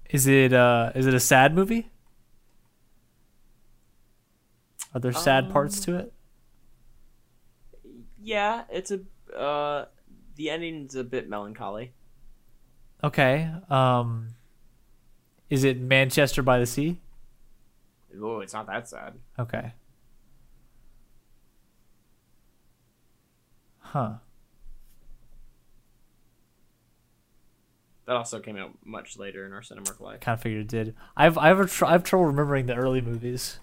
Speaker 1: Is it uh is it a sad movie? Are there sad parts to it?
Speaker 2: Yeah, it's a uh, the ending's a bit melancholy.
Speaker 1: Okay. Um is it Manchester by the Sea?
Speaker 2: Oh, it's not that sad.
Speaker 1: Okay. Huh.
Speaker 2: That also came out much later in our Cinemark life.
Speaker 1: kind of figured it did. I've I've a tr- I've trouble remembering the early movies.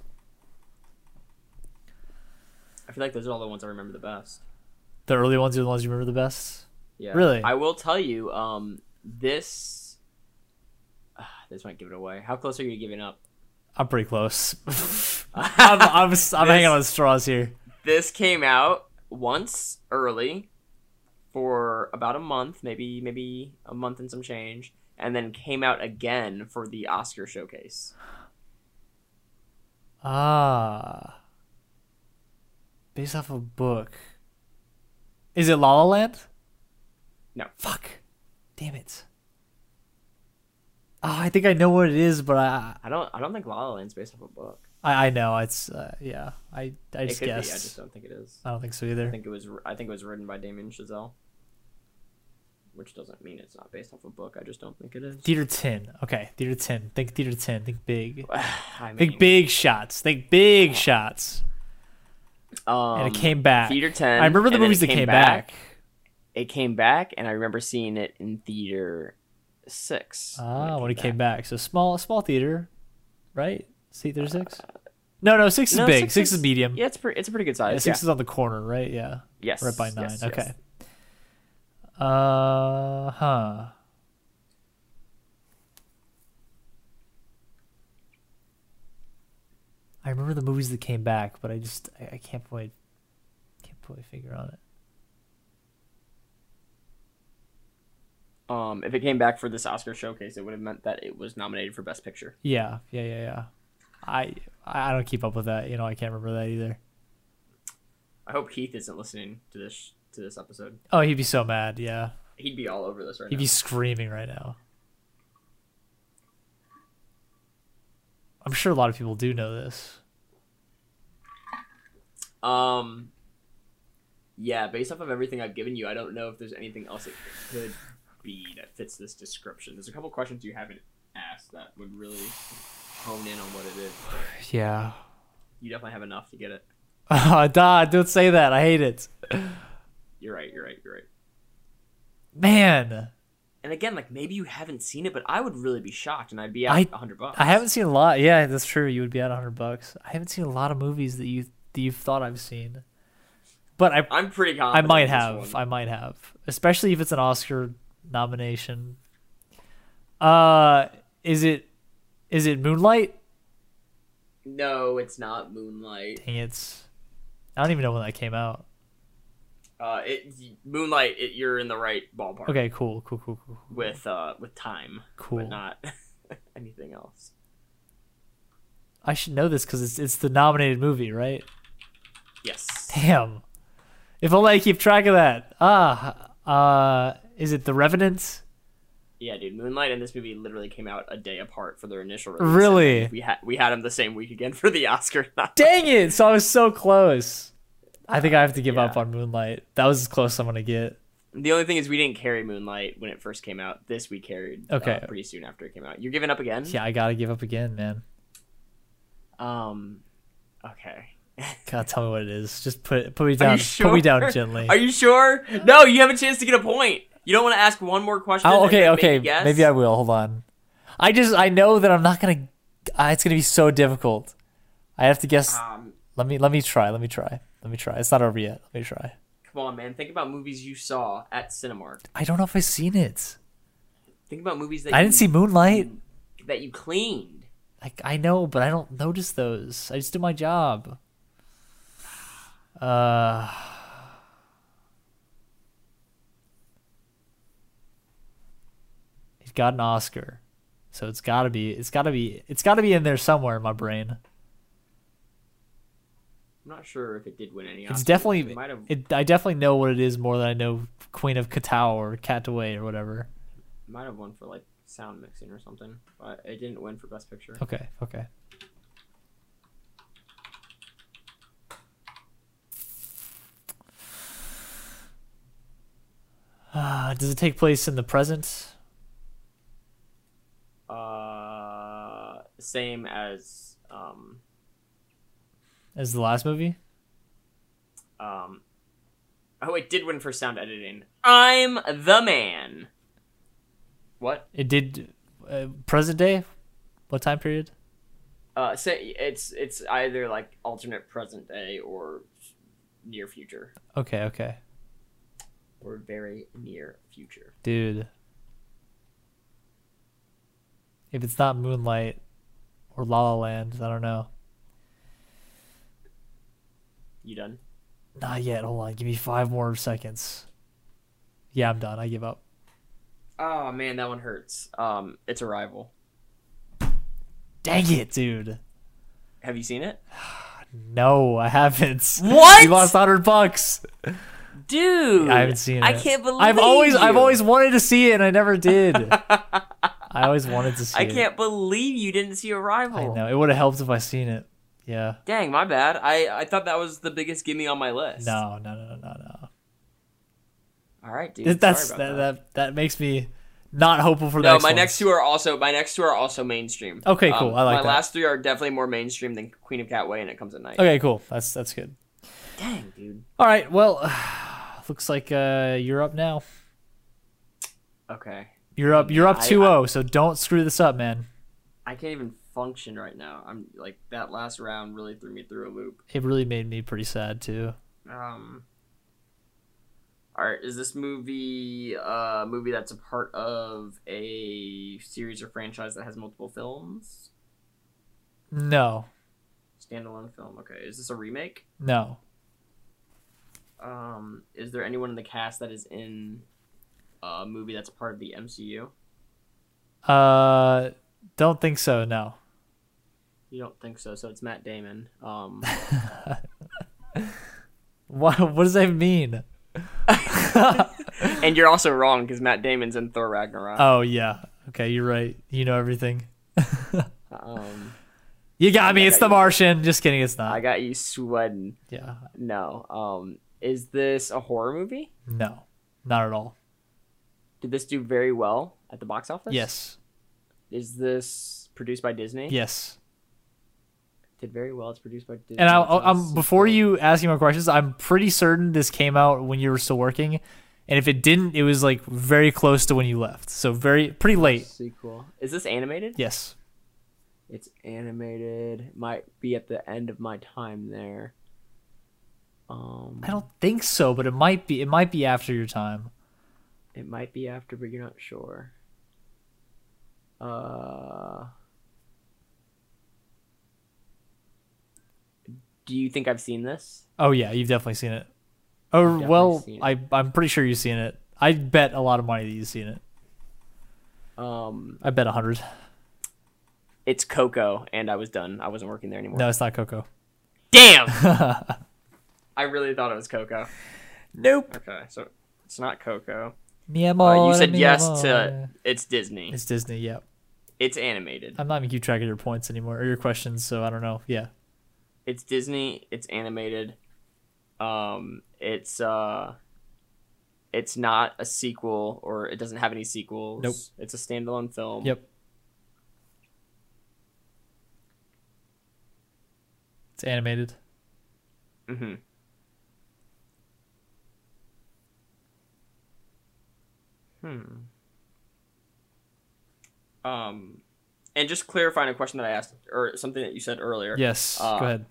Speaker 2: I feel like those are all the ones I remember the best.
Speaker 1: The early ones are the ones you remember the best.
Speaker 2: Yeah,
Speaker 1: Really?
Speaker 2: I will tell you, um, this Ah, this might give it away. How close are you to giving up?
Speaker 1: I'm pretty close. I'm I'm, s am hanging on straws here.
Speaker 2: This came out once early for about a month, maybe maybe a month and some change, and then came out again for the Oscar showcase.
Speaker 1: Ah. Based off a book. Is it La La Land?
Speaker 2: No.
Speaker 1: Fuck. Damn it. Ah, I think I know what it is, but I
Speaker 2: I don't I don't think La La Land's based off a book.
Speaker 1: I, I know it's uh, yeah. I I
Speaker 2: It
Speaker 1: just
Speaker 2: could
Speaker 1: guessed.
Speaker 2: be. I just don't think it is.
Speaker 1: I don't think so
Speaker 2: I
Speaker 1: either.
Speaker 2: think it was I think it was written by Damien Chazelle, which doesn't mean it's not based off a book. I just don't think it is.
Speaker 1: Theater ten. Okay, theater ten. Think theater ten. Think big.
Speaker 2: I mean, Oh.
Speaker 1: Think big shots. Think big shots.
Speaker 2: um,
Speaker 1: And it came back.
Speaker 2: Theater 10,
Speaker 1: I remember the
Speaker 2: and then
Speaker 1: movies
Speaker 2: it
Speaker 1: that came, back.
Speaker 2: It came back, and I remember seeing it in theater six.
Speaker 1: Ah, when it came back. So small, small theater, right? Theater six. No, no, six is
Speaker 2: No,
Speaker 1: big. Six, is, medium.
Speaker 2: Yeah, it's pretty. It's a pretty good
Speaker 1: Yeah,
Speaker 2: size. Yeah,
Speaker 1: six is on the corner, right? Yeah.
Speaker 2: yes,
Speaker 1: We're up by nine.
Speaker 2: yes, yes.
Speaker 1: okay. Uh huh. I remember the movies that came back, but I just I, I can't put my- can't put my finger on it.
Speaker 2: Um, if it came back for this Oscar showcase, it would have meant that it was nominated for Best Picture.
Speaker 1: Yeah, yeah, yeah, yeah. I I I don't keep up with that. You know, I can't remember that either.
Speaker 2: I hope Heath isn't listening to this to this episode.
Speaker 1: Oh, he'd be so mad. Yeah,
Speaker 2: He'd be all over this right
Speaker 1: he'd
Speaker 2: now.
Speaker 1: be screaming right now. I'm sure a lot of people do know this.
Speaker 2: Um, yeah, based off of everything I've given you, I don't know if there's anything else it could be that fits this description. There's a couple questions you haven't asked that would really hone in on what it is.
Speaker 1: Yeah.
Speaker 2: You definitely have enough to get it.
Speaker 1: Oh, Dodd, don't say that. I hate it.
Speaker 2: You're right. You're right. You're right.
Speaker 1: Man,
Speaker 2: And again, like maybe you haven't seen it, but I would really be shocked, and I'd be out
Speaker 1: I-
Speaker 2: a hundred bucks.
Speaker 1: I haven't seen a lot. Yeah, that's true. You would be at 100 bucks. I haven't seen a lot of movies that you that you've thought I've seen. But I
Speaker 2: I'm pretty
Speaker 1: I
Speaker 2: confident.
Speaker 1: might
Speaker 2: in this
Speaker 1: have.
Speaker 2: one.
Speaker 1: I might have. Especially if it's an Oscar nomination. Uh is it is it Moonlight?
Speaker 2: No, it's not Moonlight.
Speaker 1: Dang it's I don't even know when that came out.
Speaker 2: Uh, it Moonlight. It, you're in the right ballpark.
Speaker 1: Okay, cool, cool, cool, cool. cool.
Speaker 2: With uh, with time,
Speaker 1: Cool.
Speaker 2: but not anything else.
Speaker 1: I should know this because it's it's the nominated movie, right?
Speaker 2: Yes.
Speaker 1: Damn. If only I keep track of that. Ah, uh, is it The Revenant?
Speaker 2: Yeah, dude, Moonlight and this movie literally came out a day apart for their initial release.
Speaker 1: Really?
Speaker 2: And then We had we had them the same week again for the Oscar.
Speaker 1: Dang it! So I was so close. I think I have to give up
Speaker 2: Yeah.
Speaker 1: on Moonlight. That was as close I'm gonna get.
Speaker 2: the only thing is we didn't carry Moonlight when it first came out. This we carried uh,
Speaker 1: Okay.
Speaker 2: pretty soon after it came out. You're giving up again?
Speaker 1: Yeah, I gotta give up again, man.
Speaker 2: Um okay.
Speaker 1: God, tell me what it is. Just put put me
Speaker 2: Are
Speaker 1: down.
Speaker 2: you sure?
Speaker 1: Put me down gently.
Speaker 2: Are you sure? No, you have a chance to get a point. You don't want to ask one more question.
Speaker 1: Oh,
Speaker 2: and
Speaker 1: okay,
Speaker 2: then
Speaker 1: okay.
Speaker 2: Maybe, guess?
Speaker 1: Maybe I will. Hold on. I just I know that I'm not gonna. Uh, it's gonna be so difficult. I have to guess.
Speaker 2: Um,
Speaker 1: Let me let me try. Let me try. Let me try. It's not over yet. Let me try.
Speaker 2: come on, man. Think about movies you saw at Cinemark.
Speaker 1: I don't know if I've seen it.
Speaker 2: Think about movies that
Speaker 1: I didn't
Speaker 2: you-
Speaker 1: see Moonlight.
Speaker 2: that you cleaned.
Speaker 1: Like I know, but I don't notice those. I just do my job. Uh It got an Oscar. So it's gotta be it's gotta be it's gotta be in there somewhere in my brain.
Speaker 2: I'm not sure if it did win any.
Speaker 1: It's
Speaker 2: Oscars.
Speaker 1: definitely
Speaker 2: It might have
Speaker 1: it, I definitely know what it is more than I know Queen of Katao or Cataway or whatever.
Speaker 2: might have won for like sound mixing or something, but it didn't win for best picture.
Speaker 1: Okay, okay. Uh, does it take place in the present?
Speaker 2: Uh, same as um
Speaker 1: As the last movie?
Speaker 2: um. Oh, it did win for sound editing. I'm the man. What?
Speaker 1: It did uh, present day? What time period?
Speaker 2: Uh, say it's it's either like alternate present day or near future
Speaker 1: Okay, okay.
Speaker 2: or very near future.
Speaker 1: Dude. If it's not Moonlight or La La Land, I don't know.
Speaker 2: You done?
Speaker 1: Not yet. Hold on. Give me five more seconds. Yeah, I'm done. I give up.
Speaker 2: Oh man, that one hurts. Um, it's Arrival.
Speaker 1: Dang it, dude.
Speaker 2: Have you seen it,
Speaker 1: No, I haven't.
Speaker 2: What?
Speaker 1: You lost 100 bucks.
Speaker 2: dude?
Speaker 1: I haven't seen it.
Speaker 2: I can't believe.
Speaker 1: I've always I've
Speaker 2: you.
Speaker 1: always wanted to see it and I never did. I always wanted to see
Speaker 2: I
Speaker 1: it.
Speaker 2: can't believe you didn't see Arrival.
Speaker 1: I know. It would have helped if I seen it. Yeah.
Speaker 2: Dang, my bad. I I thought that was the biggest gimme on my list.
Speaker 1: No, no, no, no, no,
Speaker 2: All right, dude.
Speaker 1: no. That's
Speaker 2: Sorry
Speaker 1: that,
Speaker 2: about
Speaker 1: that.
Speaker 2: that.
Speaker 1: that makes me not hopeful for the
Speaker 2: No,
Speaker 1: next
Speaker 2: my
Speaker 1: ones.
Speaker 2: next two are also my next two are also mainstream. Um,
Speaker 1: Okay, cool. I like
Speaker 2: my
Speaker 1: that.
Speaker 2: last three are definitely more mainstream than Queen of Catway, and it comes at night.
Speaker 1: Okay, cool. That's that's good.
Speaker 2: Dang, dude.
Speaker 1: All right. Well, looks like uh, you're up now.
Speaker 2: Okay,
Speaker 1: You're up. You're up
Speaker 2: I-
Speaker 1: 2-0, so don't screw this up, man.
Speaker 2: I can't even function right now. I'm like that last round really threw me through a loop.
Speaker 1: It really made me pretty sad too.
Speaker 2: Um. All right, is this movie a movie that's a part of a series or franchise that has multiple films?
Speaker 1: No,
Speaker 2: Standalone film. Okay, is this a remake?
Speaker 1: no,
Speaker 2: Um, is there anyone in the cast that is in a movie that's part of the MCU?
Speaker 1: uh, don't think so. No.
Speaker 2: You don't think so? So it's Matt Damon. Um,
Speaker 1: What What does that mean?
Speaker 2: and you're also wrong because Matt Damon's in Thor Ragnarok.
Speaker 1: Oh yeah. Okay, you're right. You know everything. Oh.
Speaker 2: Um,
Speaker 1: You got me.
Speaker 2: I
Speaker 1: It's
Speaker 2: got
Speaker 1: The
Speaker 2: you.
Speaker 1: Martian. Just kidding. It's
Speaker 2: I
Speaker 1: not.
Speaker 2: got you sweating.
Speaker 1: Yeah.
Speaker 2: No. Um, is this a horror movie?
Speaker 1: No. Not at all.
Speaker 2: Did this do very well at the box office?
Speaker 1: Yes.
Speaker 2: Is this produced by Disney?
Speaker 1: Yes.
Speaker 2: Did very well. It's produced by Disney.
Speaker 1: And I,
Speaker 2: It's on
Speaker 1: I'm
Speaker 2: Super-
Speaker 1: before you ask me more questions. I'm pretty certain this came out when you were still working, and if it didn't, it was like very close to when you left. So very pretty late.
Speaker 2: sequel. Is this animated?
Speaker 1: Yes.
Speaker 2: It's animated. Might be at the end of my time there. Um,
Speaker 1: I don't think so, but it might be. It might be after your time.
Speaker 2: It might be after, but you're not sure. Uh. Do you think I've seen this?
Speaker 1: Oh yeah, you've definitely seen it. Oh
Speaker 2: definitely
Speaker 1: well,
Speaker 2: seen it.
Speaker 1: I I'm pretty sure you've seen it. I bet a lot of money that you've seen it.
Speaker 2: Um,
Speaker 1: I bet a hundred.
Speaker 2: it's Coco, and I was done. I wasn't working there anymore.
Speaker 1: No, it's not Coco.
Speaker 2: Damn! I really thought it was Coco.
Speaker 1: Nope.
Speaker 2: Okay, so it's not Coco.
Speaker 1: Mi
Speaker 2: Uh, you
Speaker 1: amor,
Speaker 2: said
Speaker 1: mi
Speaker 2: yes
Speaker 1: amor.
Speaker 2: to it's Disney.
Speaker 1: It's Disney. Yeah.
Speaker 2: It's animated.
Speaker 1: I'm not even keep track of your points anymore or your questions, so I don't know. Yeah.
Speaker 2: It's Disney. It's animated. Um, it's uh, it's not a sequel or it doesn't have any sequels.
Speaker 1: Nope.
Speaker 2: It's a standalone film.
Speaker 1: Yep. It's animated.
Speaker 2: hmm Hmm. Um, and just clarifying a question that I asked or something that you said earlier.
Speaker 1: Yes.
Speaker 2: Uh,
Speaker 1: go ahead.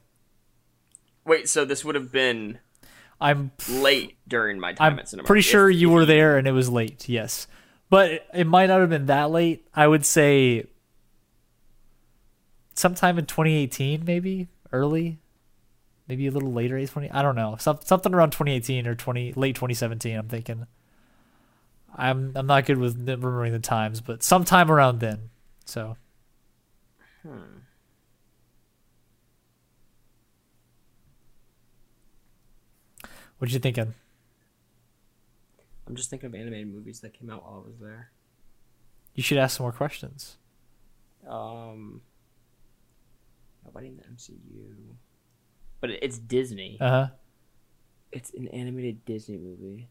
Speaker 2: Wait, so this would have been
Speaker 1: I'm
Speaker 2: late during my time
Speaker 1: I'm
Speaker 2: at cinema.
Speaker 1: pretty
Speaker 2: If-
Speaker 1: sure you were there and it was late. Yes. But it, it might not have been that late. I would say sometime in 2018 maybe, early. Maybe a little later, 20. I don't know. Some, something around 2018 or 20 late 2017, I'm thinking. I'm I'm not good with remembering the times, but sometime around then. So
Speaker 2: Hmm.
Speaker 1: What you thinking?
Speaker 2: I'm just thinking of animated movies that came out while I was there.
Speaker 1: You should ask some more questions.
Speaker 2: Um, nobody in the MCU, but it- it's Disney.
Speaker 1: Uh huh.
Speaker 2: It's an animated Disney movie,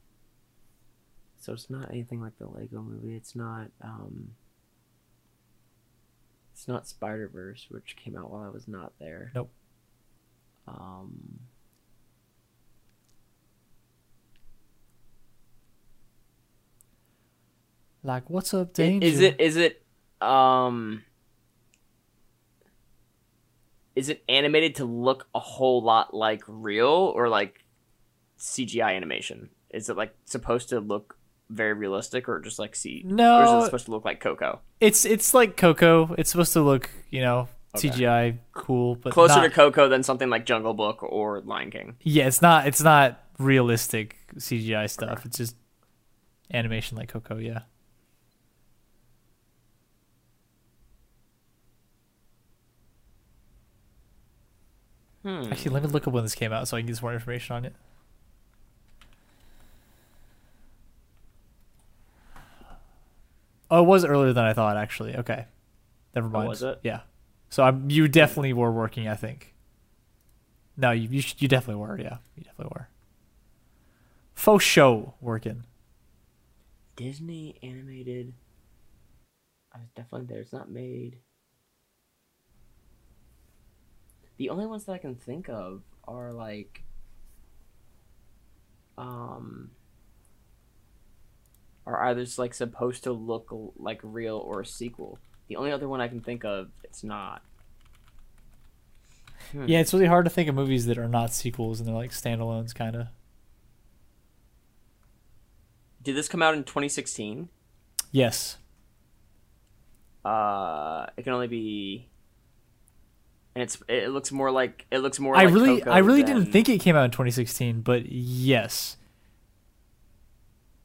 Speaker 2: so it's not anything like the Lego Movie. It's not. Um, it's not Spider Verse, which came out while I was not there.
Speaker 1: Nope.
Speaker 2: Um.
Speaker 1: Like, what's up,
Speaker 2: I-
Speaker 1: danger?
Speaker 2: Is it is it um is it animated to look a whole lot like real or like CGI animation? Is it like supposed to look very realistic or just like C? or
Speaker 1: No.
Speaker 2: is it supposed to look like Coco?
Speaker 1: It's it's like Coco. It's supposed to look, you know,
Speaker 2: Okay.
Speaker 1: CGI cool, but
Speaker 2: Closer
Speaker 1: not-
Speaker 2: to Coco than something like Jungle Book or Lion King.
Speaker 1: yeah, it's not it's not realistic CGI stuff. It's just animation like Coco. Yeah.
Speaker 2: Hmm.
Speaker 1: Actually, let me look up when this came out so I can get some more information on it. Oh, it was earlier than I thought. Actually, okay, never mind.
Speaker 2: Oh, was it?
Speaker 1: Yeah. So I'm, you definitely were working. I think. No, you you, sh- you definitely were. Yeah, you definitely were. Faux show working.
Speaker 2: Disney animated. I was definitely there. It's not made. The only ones that I can think of are like, um, are either s- like supposed to look l- like real or a sequel. The only other one I can think of, it's not. Hmm.
Speaker 1: Yeah, it's really hard to think of movies that are not sequels and they're like standalones, kind of.
Speaker 2: Did this come out in 2016?
Speaker 1: Yes.
Speaker 2: Uh, it can only be. And it's it looks more like it looks more.
Speaker 1: I
Speaker 2: like
Speaker 1: really,
Speaker 2: Coco
Speaker 1: I really
Speaker 2: than-
Speaker 1: didn't think it came out in 2016, but yes,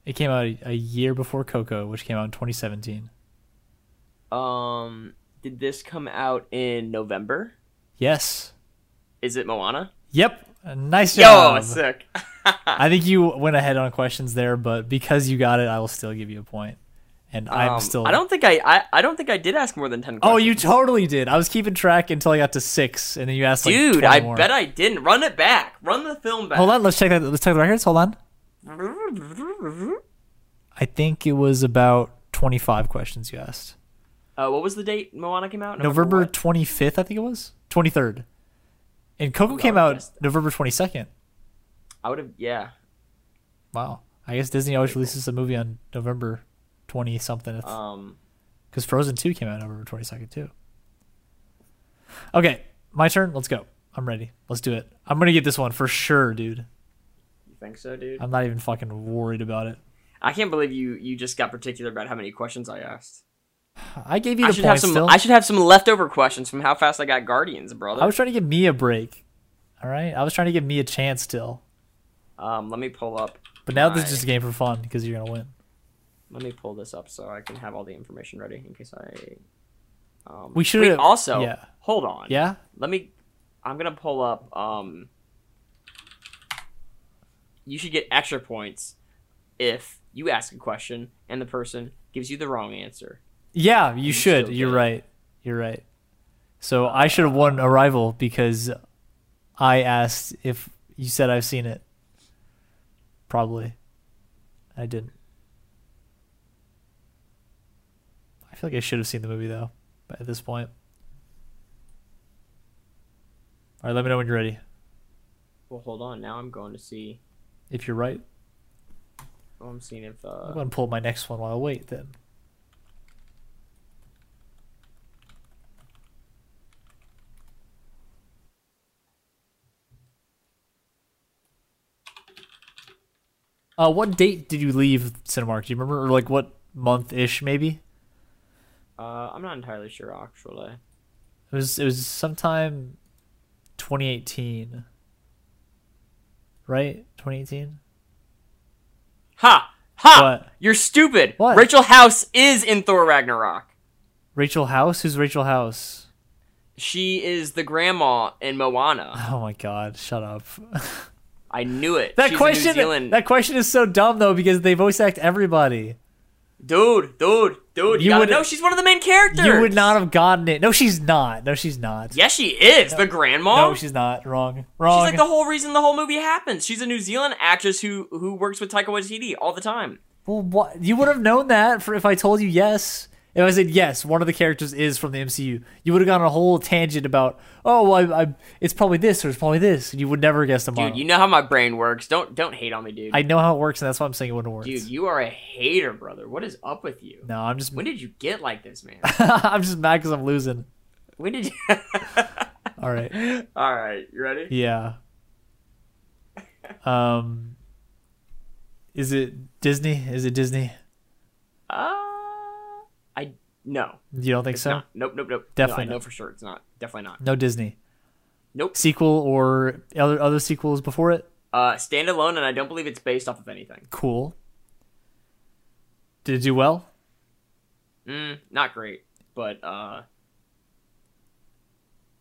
Speaker 1: it came out a, a year before Coco, which came out in 2017.
Speaker 2: Um, did this come out in November?
Speaker 1: Yes.
Speaker 2: Is it Moana?
Speaker 1: Yep. Nice
Speaker 2: Yo,
Speaker 1: job.
Speaker 2: sick.
Speaker 1: I think you went ahead on questions there, but because you got it, I will still give you a point. And I'm
Speaker 2: Um,
Speaker 1: still.
Speaker 2: I don't think I, I. I don't think I did ask more than ten.
Speaker 1: Oh,
Speaker 2: Questions.
Speaker 1: you totally did. I was keeping track until I got to six, and then you asked like
Speaker 2: dude!
Speaker 1: 20
Speaker 2: I
Speaker 1: more.
Speaker 2: bet I didn't. Run it back. Run the film back.
Speaker 1: Hold on. Let's check that. Let's check the records. Hold on.
Speaker 2: on.
Speaker 1: I think it was about 25 questions you asked.
Speaker 2: Uh, what was the date Moana came out?
Speaker 1: November
Speaker 2: what?
Speaker 1: 25th, I think it was 23rd, and Coco
Speaker 2: I
Speaker 1: came out
Speaker 2: guessed that.
Speaker 1: November 22nd.
Speaker 2: I would have. Yeah.
Speaker 1: Wow, I guess Disney always releases a movie on November 20 something
Speaker 2: Um.
Speaker 1: because Frozen 2 came out November 22nd too. Okay, my turn. Let's go. I'm ready. Let's do it. I'm gonna get this one for sure, dude.
Speaker 2: You think so, dude?
Speaker 1: I'm not even fucking worried about it.
Speaker 2: I can't believe you. You just got particular about how many questions I asked.
Speaker 1: I gave you
Speaker 2: I
Speaker 1: the
Speaker 2: should
Speaker 1: point
Speaker 2: have some.
Speaker 1: still.
Speaker 2: I should have some leftover questions from how fast I got Guardians, brother.
Speaker 1: I was trying to give me a break. All right, I was trying to give me a chance still.
Speaker 2: Um, let me pull up.
Speaker 1: But now this
Speaker 2: my-
Speaker 1: is just a game for fun because you're gonna win.
Speaker 2: Let me pull this up so I can have all the information ready in case I. Um,
Speaker 1: We should've-
Speaker 2: wait, also
Speaker 1: yeah.
Speaker 2: hold on.
Speaker 1: Yeah.
Speaker 2: Let me. I'm gonna pull up. Um. You should get extra points if you ask a question and the person gives you the wrong answer.
Speaker 1: Yeah, you should.
Speaker 2: still
Speaker 1: You're
Speaker 2: good.
Speaker 1: right. You're right. So I should have won Arrival because I asked if you said I've seen it. Probably. I didn't. I feel like I should have seen the movie though, but at this point. All right, let me know when you're ready.
Speaker 2: Well, hold on. Now I'm going to see.
Speaker 1: If you're right,
Speaker 2: Oh, I'm seeing if.
Speaker 1: I'm
Speaker 2: Uh,
Speaker 1: going to pull my next one while I wait then. Uh, what date did you leave Cinemark? Do you remember, or like what month ish? Maybe
Speaker 2: uh, I'm not entirely sure actually.
Speaker 1: it was. It was sometime 2018, right? 2018.
Speaker 2: Ha ha!
Speaker 1: What?
Speaker 2: You're stupid.
Speaker 1: What?
Speaker 2: Rachel House is in Thor Ragnarok.
Speaker 1: Rachel House. Who's Rachel House?
Speaker 2: She is the grandma in Moana.
Speaker 1: Oh my God! Shut up.
Speaker 2: I knew it.
Speaker 1: that
Speaker 2: She's
Speaker 1: question.
Speaker 2: New Zealand.
Speaker 1: That question is so dumb though because they voice act everybody.
Speaker 2: Dude, dude, dude. You,
Speaker 1: You
Speaker 2: gotta
Speaker 1: would-
Speaker 2: know she's one of the main characters.
Speaker 1: You would not have gotten it. No, she's not. No, she's not.
Speaker 2: Yes, she is the grandma.
Speaker 1: No, she's not. Wrong.
Speaker 2: She's
Speaker 1: Wrong.
Speaker 2: like the whole reason the whole movie happens. She's a New Zealand actress who who works with Taika Waititi all the time.
Speaker 1: well, what? You would have known that for if I told you yes. If I said yes, one of the characters is from the MCU. You would have gone on a whole tangent about, oh, well, I, I, it's probably this or it's probably this, and you would never guess the
Speaker 2: Dude,
Speaker 1: model.
Speaker 2: you know how my brain works. Don't don't hate on me, dude.
Speaker 1: I know how it works, and that's why I'm saying it wouldn't work.
Speaker 2: dude, you are a hater, brother. What is up with you?
Speaker 1: no, I'm just,
Speaker 2: When did you get like this, man?
Speaker 1: I'm just mad because I'm losing.
Speaker 2: when did you?
Speaker 1: All right.
Speaker 2: all right, you ready?
Speaker 1: Yeah. Um. Is it Disney? Is it Disney?
Speaker 2: Uh, I no.
Speaker 1: You don't think
Speaker 2: It's
Speaker 1: so?
Speaker 2: not. Nope, nope, nope.
Speaker 1: Definitely
Speaker 2: no, I know
Speaker 1: not.
Speaker 2: for sure it's not. Definitely not.
Speaker 1: No Disney.
Speaker 2: Nope.
Speaker 1: Sequel or other other sequels before it?
Speaker 2: Uh, standalone, and I don't believe it's based off of anything.
Speaker 1: Cool. Did it do well?
Speaker 2: Mm, not great, but uh,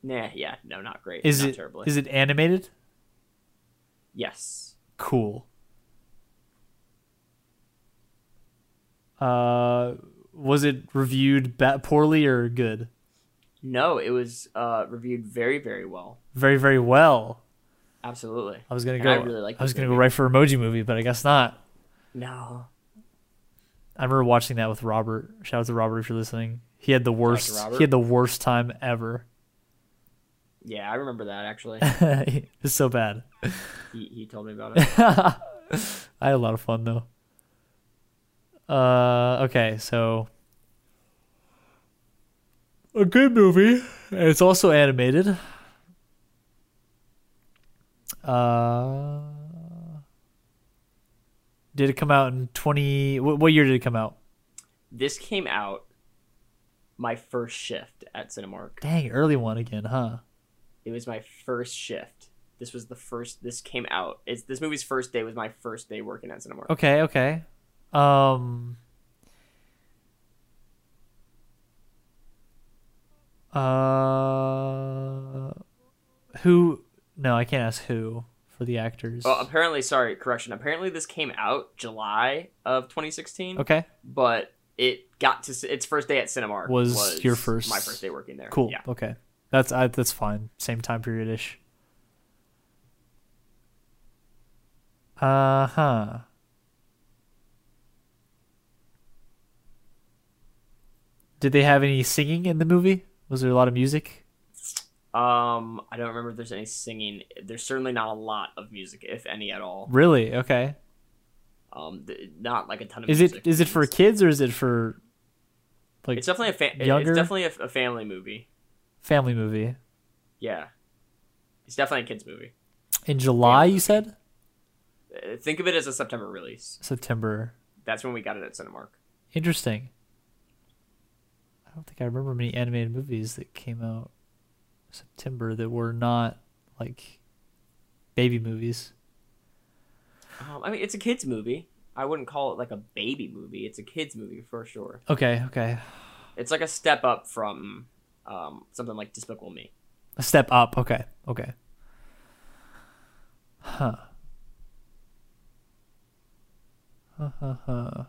Speaker 2: Nah, yeah, no, not great.
Speaker 1: Is
Speaker 2: not
Speaker 1: it
Speaker 2: terribly?
Speaker 1: is it animated?
Speaker 2: yes.
Speaker 1: Cool. Uh, was it reviewed ba- poorly or good?
Speaker 2: No, it was uh, reviewed very, very well.
Speaker 1: Very very well.
Speaker 2: Absolutely.
Speaker 1: I was gonna
Speaker 2: And
Speaker 1: go.
Speaker 2: I really like
Speaker 1: was
Speaker 2: this
Speaker 1: gonna go
Speaker 2: movie.
Speaker 1: right for Emoji Movie, but I guess not.
Speaker 2: No.
Speaker 1: I remember watching that with Robert. Shout out to Robert if you're listening. He had the worst.
Speaker 2: Robert.
Speaker 1: He had the worst time ever.
Speaker 2: Yeah, I remember that actually.
Speaker 1: it's so bad.
Speaker 2: he, he told me about it.
Speaker 1: I had a lot of fun though. Uh, okay, so a good movie, and it's also animated. Uh, did it come out in twenty? What, what year did it come out?
Speaker 2: this came out my first shift at Cinemark.
Speaker 1: Dang, early one again, huh?
Speaker 2: It was my first shift. This was the first. This came out. It's this movie's first day was my first day working at Cinemark.
Speaker 1: Okay, okay. Um. Uh, who? No, I can't ask who for the actors.
Speaker 2: Well, apparently, sorry, correction. Apparently, this came out July of 2016,
Speaker 1: okay,
Speaker 2: but it got to its first day at Cinemark
Speaker 1: Was your first-
Speaker 2: my first day working there.
Speaker 1: cool.
Speaker 2: Yeah.
Speaker 1: Okay, that's I, that's fine. Same time period ish. Uh huh. Did they have any singing in the movie? Was there a lot of music?
Speaker 2: Um, I don't remember if there's any singing. There's certainly not a lot of music, if any at all.
Speaker 1: Really? Okay.
Speaker 2: Um, th- not like a ton of.
Speaker 1: Is
Speaker 2: music
Speaker 1: it is it for kids or is it for like
Speaker 2: It's definitely a fa- it-
Speaker 1: Younger?
Speaker 2: It's definitely a, a family movie.
Speaker 1: family movie?
Speaker 2: Yeah, it's definitely a kids movie.
Speaker 1: In July, you said
Speaker 2: Uh, Think of it as a September release.
Speaker 1: September.
Speaker 2: That's when we got it at Cinemark.
Speaker 1: Interesting. I don't think I remember many animated movies that came out September that were not like baby movies.
Speaker 2: Um, I mean, it's a kids movie. I wouldn't call it like a baby movie. It's a kids movie for sure.
Speaker 1: Okay, okay.
Speaker 2: It's like a step up from um, something like Despicable Me.
Speaker 1: A step up. Okay, okay. Huh. Huh, huh, huh.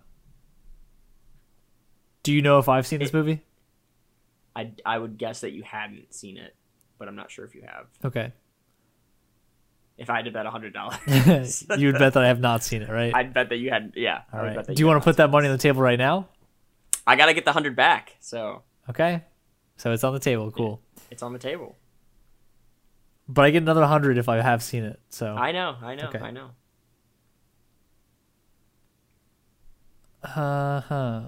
Speaker 1: Do you know if I've seen this
Speaker 2: It-
Speaker 1: movie?
Speaker 2: I I would guess that you hadn't seen it, but I'm not sure if you have.
Speaker 1: Okay.
Speaker 2: If I had to bet hundred dollars,
Speaker 1: you would bet that I have not seen it, right?
Speaker 2: I'd bet that you hadn't. Yeah. I
Speaker 1: All
Speaker 2: would
Speaker 1: right.
Speaker 2: bet that
Speaker 1: Do you want to
Speaker 2: hadn't.
Speaker 1: put that money on the table right now?
Speaker 2: I gotta get the hundred back, so
Speaker 1: Okay. So it's on the table. Cool.
Speaker 2: it's on the table.
Speaker 1: But I get another 100 if I have seen it. So
Speaker 2: I know, I know,
Speaker 1: Okay.
Speaker 2: I know.
Speaker 1: uh-huh.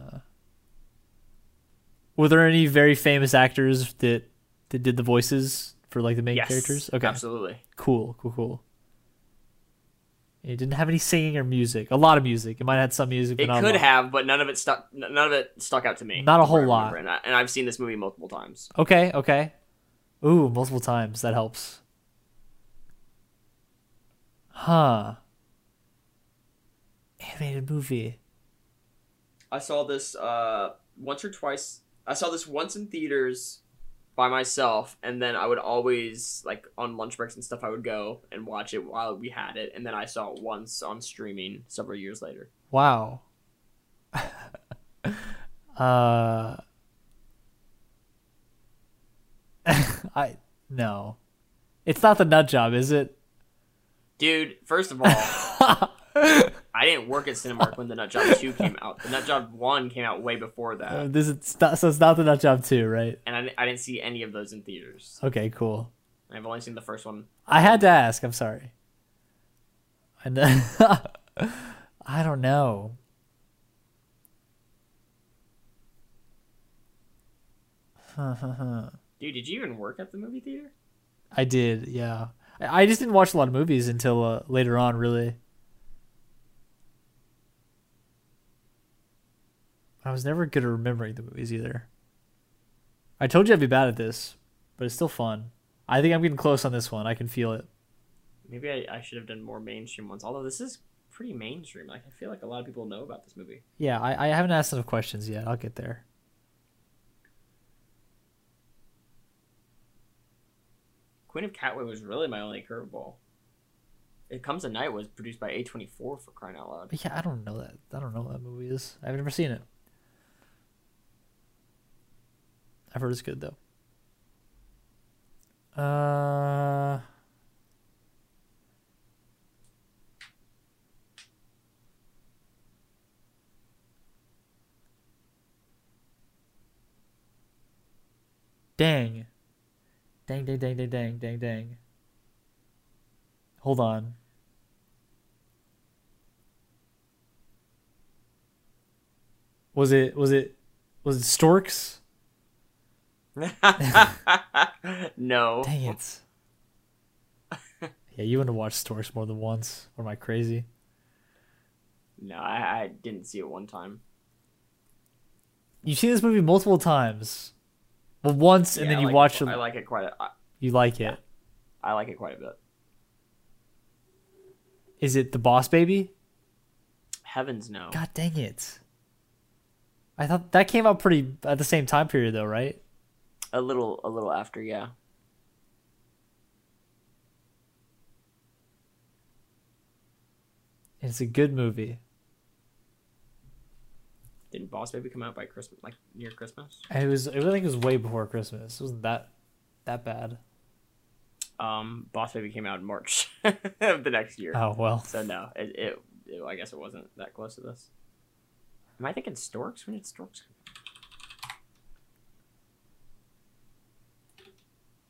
Speaker 1: Were there any very famous actors that that did the voices for like the main
Speaker 2: yes,
Speaker 1: characters? Okay.
Speaker 2: absolutely.
Speaker 1: Cool. Cool, cool. It didn't have any singing or music. A lot of music. It might have had some music, but
Speaker 2: It
Speaker 1: not a
Speaker 2: could
Speaker 1: lot.
Speaker 2: have, but none of it stuck. n- None of it stuck out to me.
Speaker 1: Not a
Speaker 2: from what
Speaker 1: whole
Speaker 2: I remember,
Speaker 1: lot.
Speaker 2: and, I, and I've seen this movie multiple times.
Speaker 1: Okay, okay. Ooh, multiple times. That helps. Huh. Animated movie.
Speaker 2: I saw this uh, once or twice. I saw this once in theaters by myself, and then I would always like on lunch breaks and stuff. I would go and watch it while we had it, and then I saw it once on streaming several years later.
Speaker 1: Wow. uh I no. It's not the nut job, is it?
Speaker 2: Dude, first of all, I didn't work at Cinemark when the Nut Job Two came out. The Nut Job One came out way before that,
Speaker 1: Uh, this is not, so it's not the nut job too, right?
Speaker 2: and I, di- I didn't see any of those in theaters.
Speaker 1: Okay, cool.
Speaker 2: I've only seen the first one.
Speaker 1: I had to ask. I'm sorry. I know. I don't know.
Speaker 2: Dude, did you even work at the movie theater?
Speaker 1: I did, yeah. I I just didn't watch a lot of movies until uh, later on, really. I was never good at remembering the movies either. I told you I'd be bad at this, but it's still fun. I think I'm getting close on this one. I can feel it.
Speaker 2: Maybe I, I should have done more mainstream ones. Although this is pretty mainstream. Like I feel like a lot of people know about this movie.
Speaker 1: Yeah, I, I haven't asked enough questions yet. I'll get there.
Speaker 2: Queen of Catway was really my only curveball. It Comes a Night was produced by A24 for crying out loud.
Speaker 1: But yeah, I don't know that. I don't know what that movie is. I've never seen it. I've heard it's good though. Uh. Dang. Dang, dang, dang, dang, dang, dang, dang. Hold on. Was it was it was it storks?
Speaker 2: no.
Speaker 1: Dang it. yeah, you want to watch storks more than once, or am I crazy?
Speaker 2: No, I, I didn't see it one time.
Speaker 1: You've seen this movie multiple times. Well once and
Speaker 2: Yeah,
Speaker 1: then
Speaker 2: I
Speaker 1: you
Speaker 2: like
Speaker 1: watch
Speaker 2: it.
Speaker 1: it
Speaker 2: I like it quite a, I,
Speaker 1: you like it.
Speaker 2: I like it quite a bit.
Speaker 1: Is it the boss baby?
Speaker 2: Heavens no.
Speaker 1: God dang it. I thought that came out pretty at the same time period though, right?
Speaker 2: A little a little after, yeah.
Speaker 1: It's a good movie.
Speaker 2: Didn't Boss Baby come out by Christmas like near Christmas?
Speaker 1: It was I think it was way before Christmas. It wasn't that that bad.
Speaker 2: Um Boss Baby came out in March of the next year.
Speaker 1: Oh well.
Speaker 2: So no, it, it, it I guess it wasn't that close to this. Am I thinking Storks? When did Storks come?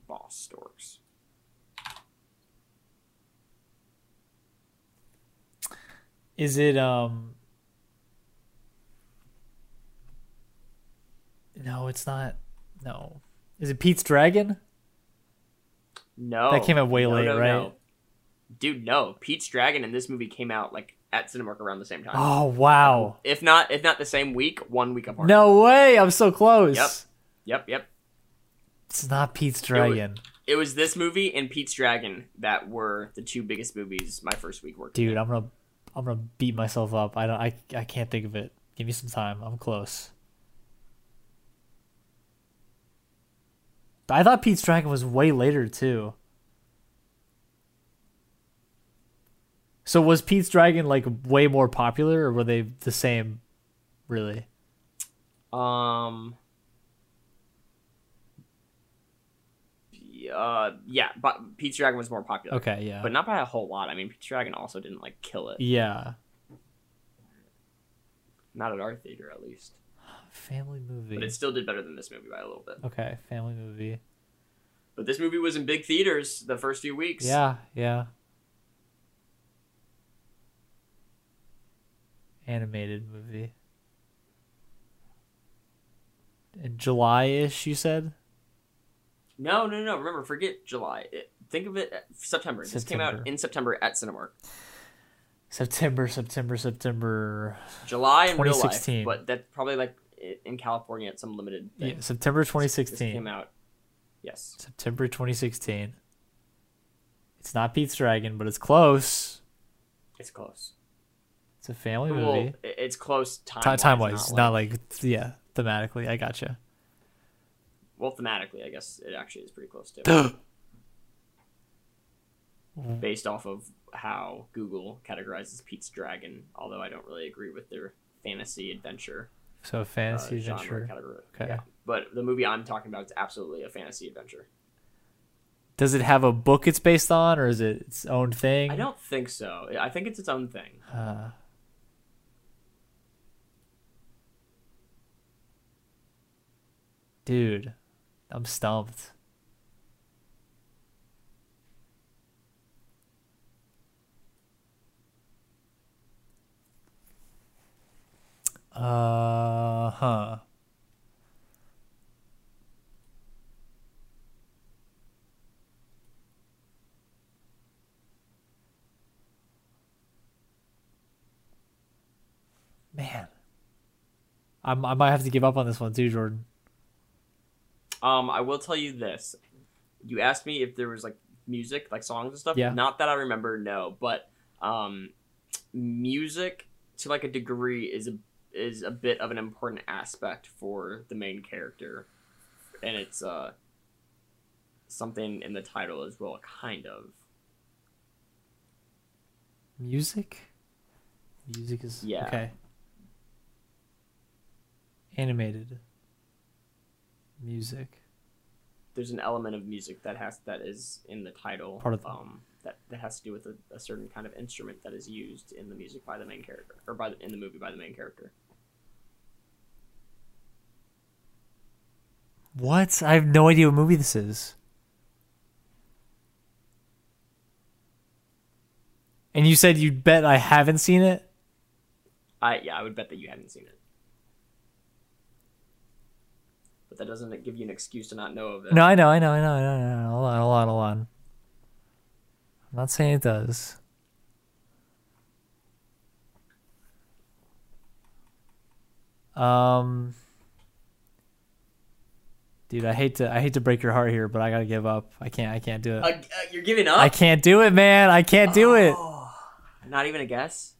Speaker 2: Boss Storks.
Speaker 1: Is it um No, it's not. No. Is it Pete's Dragon?
Speaker 2: No,
Speaker 1: That came out way late, right?
Speaker 2: Dude, no. Pete's Dragon and this movie came out like at Cinemark around the same time.
Speaker 1: Oh wow.
Speaker 2: If not, if not the same week, one week apart.
Speaker 1: No way, I'm so close.
Speaker 2: Yep. Yep, yep.
Speaker 1: It's not Pete's Dragon.
Speaker 2: It was this movie and Pete's Dragon that were the two biggest movies my first week working.
Speaker 1: Dude, I'm gonna I'm gonna beat myself up. I don't I I can't think of it. Give me some time. I'm close. I thought Pete's Dragon was way later too. So was Pete's Dragon like way more popular or were they the same really?
Speaker 2: Um. Uh, yeah, but Pete's Dragon was more popular,
Speaker 1: Okay, yeah.
Speaker 2: but not by a whole lot. I mean, Pete's Dragon also didn't like kill it,
Speaker 1: yeah.
Speaker 2: not at our theater at least.
Speaker 1: Family movie.
Speaker 2: But it still did better than this movie by a little bit.
Speaker 1: okay, family movie.
Speaker 2: But this movie was in big theaters the first few weeks.
Speaker 1: Yeah, yeah. Animated movie. In July ish, you said?
Speaker 2: No, no, no. Remember, forget July. It, think of it at September. This came out
Speaker 1: September.
Speaker 2: in September at Cinemark.
Speaker 1: September, September, September.
Speaker 2: July in real life,
Speaker 1: 2016.
Speaker 2: but that's probably like i- in California at some limited. Thing.
Speaker 1: Yeah, September
Speaker 2: This came
Speaker 1: 2016.
Speaker 2: out. Yes.
Speaker 1: September 2016. It's not Pete's Dragon, but it's close.
Speaker 2: It's close.
Speaker 1: It's a family
Speaker 2: Well,
Speaker 1: movie.
Speaker 2: i- it's close time
Speaker 1: Ti Time wise,
Speaker 2: not
Speaker 1: not like, yeah, thematically. I gotcha.
Speaker 2: well thematically. I guess it actually is pretty close to. Based off of how Google categorizes Pete's Dragon, although I don't really agree with their fantasy adventure
Speaker 1: So,
Speaker 2: uh,
Speaker 1: fantasy
Speaker 2: genre
Speaker 1: adventure.
Speaker 2: category.
Speaker 1: Okay.
Speaker 2: But the movie I'm talking about is absolutely a fantasy adventure.
Speaker 1: Does it have a book it's based on, or is it its own thing?
Speaker 2: I don't think so. I think it's its own thing.
Speaker 1: Uh, dude, I'm stumped. Uh huh. Man, I'm, I might have to give up on this one too, Jordan.
Speaker 2: Um, I will tell you this. You asked me if there was like music, like songs and stuff.
Speaker 1: Yeah.
Speaker 2: Not that I remember, no, but um music to like a degree is a is a bit of an important aspect for the main character. And it's uh something in the title as well, kind of.
Speaker 1: Music? Music is
Speaker 2: Yeah.
Speaker 1: okay. Animated. Music.
Speaker 2: There's an element of music that has that is in the title.
Speaker 1: Part of the-
Speaker 2: um that, that has to do with a, a certain kind of instrument that is used in the music by the main character or by the, in the movie by the main character.
Speaker 1: What? I have no idea what movie this is. And you said you'd bet I haven't seen it?
Speaker 2: I yeah, I would bet that you haven't seen it. But that doesn't give you an excuse to not know of it.
Speaker 1: No, I know, I know, I know, I know, I know. Hold on, hold on, hold on. I'm not saying it does. Um, dude, I hate to, I hate to break your heart here, but I gotta give up. I can't, I can't do it.
Speaker 2: Uh, uh, you're giving up? Oh,
Speaker 1: I can't do it, man. I can't do it.
Speaker 2: Not even a guess.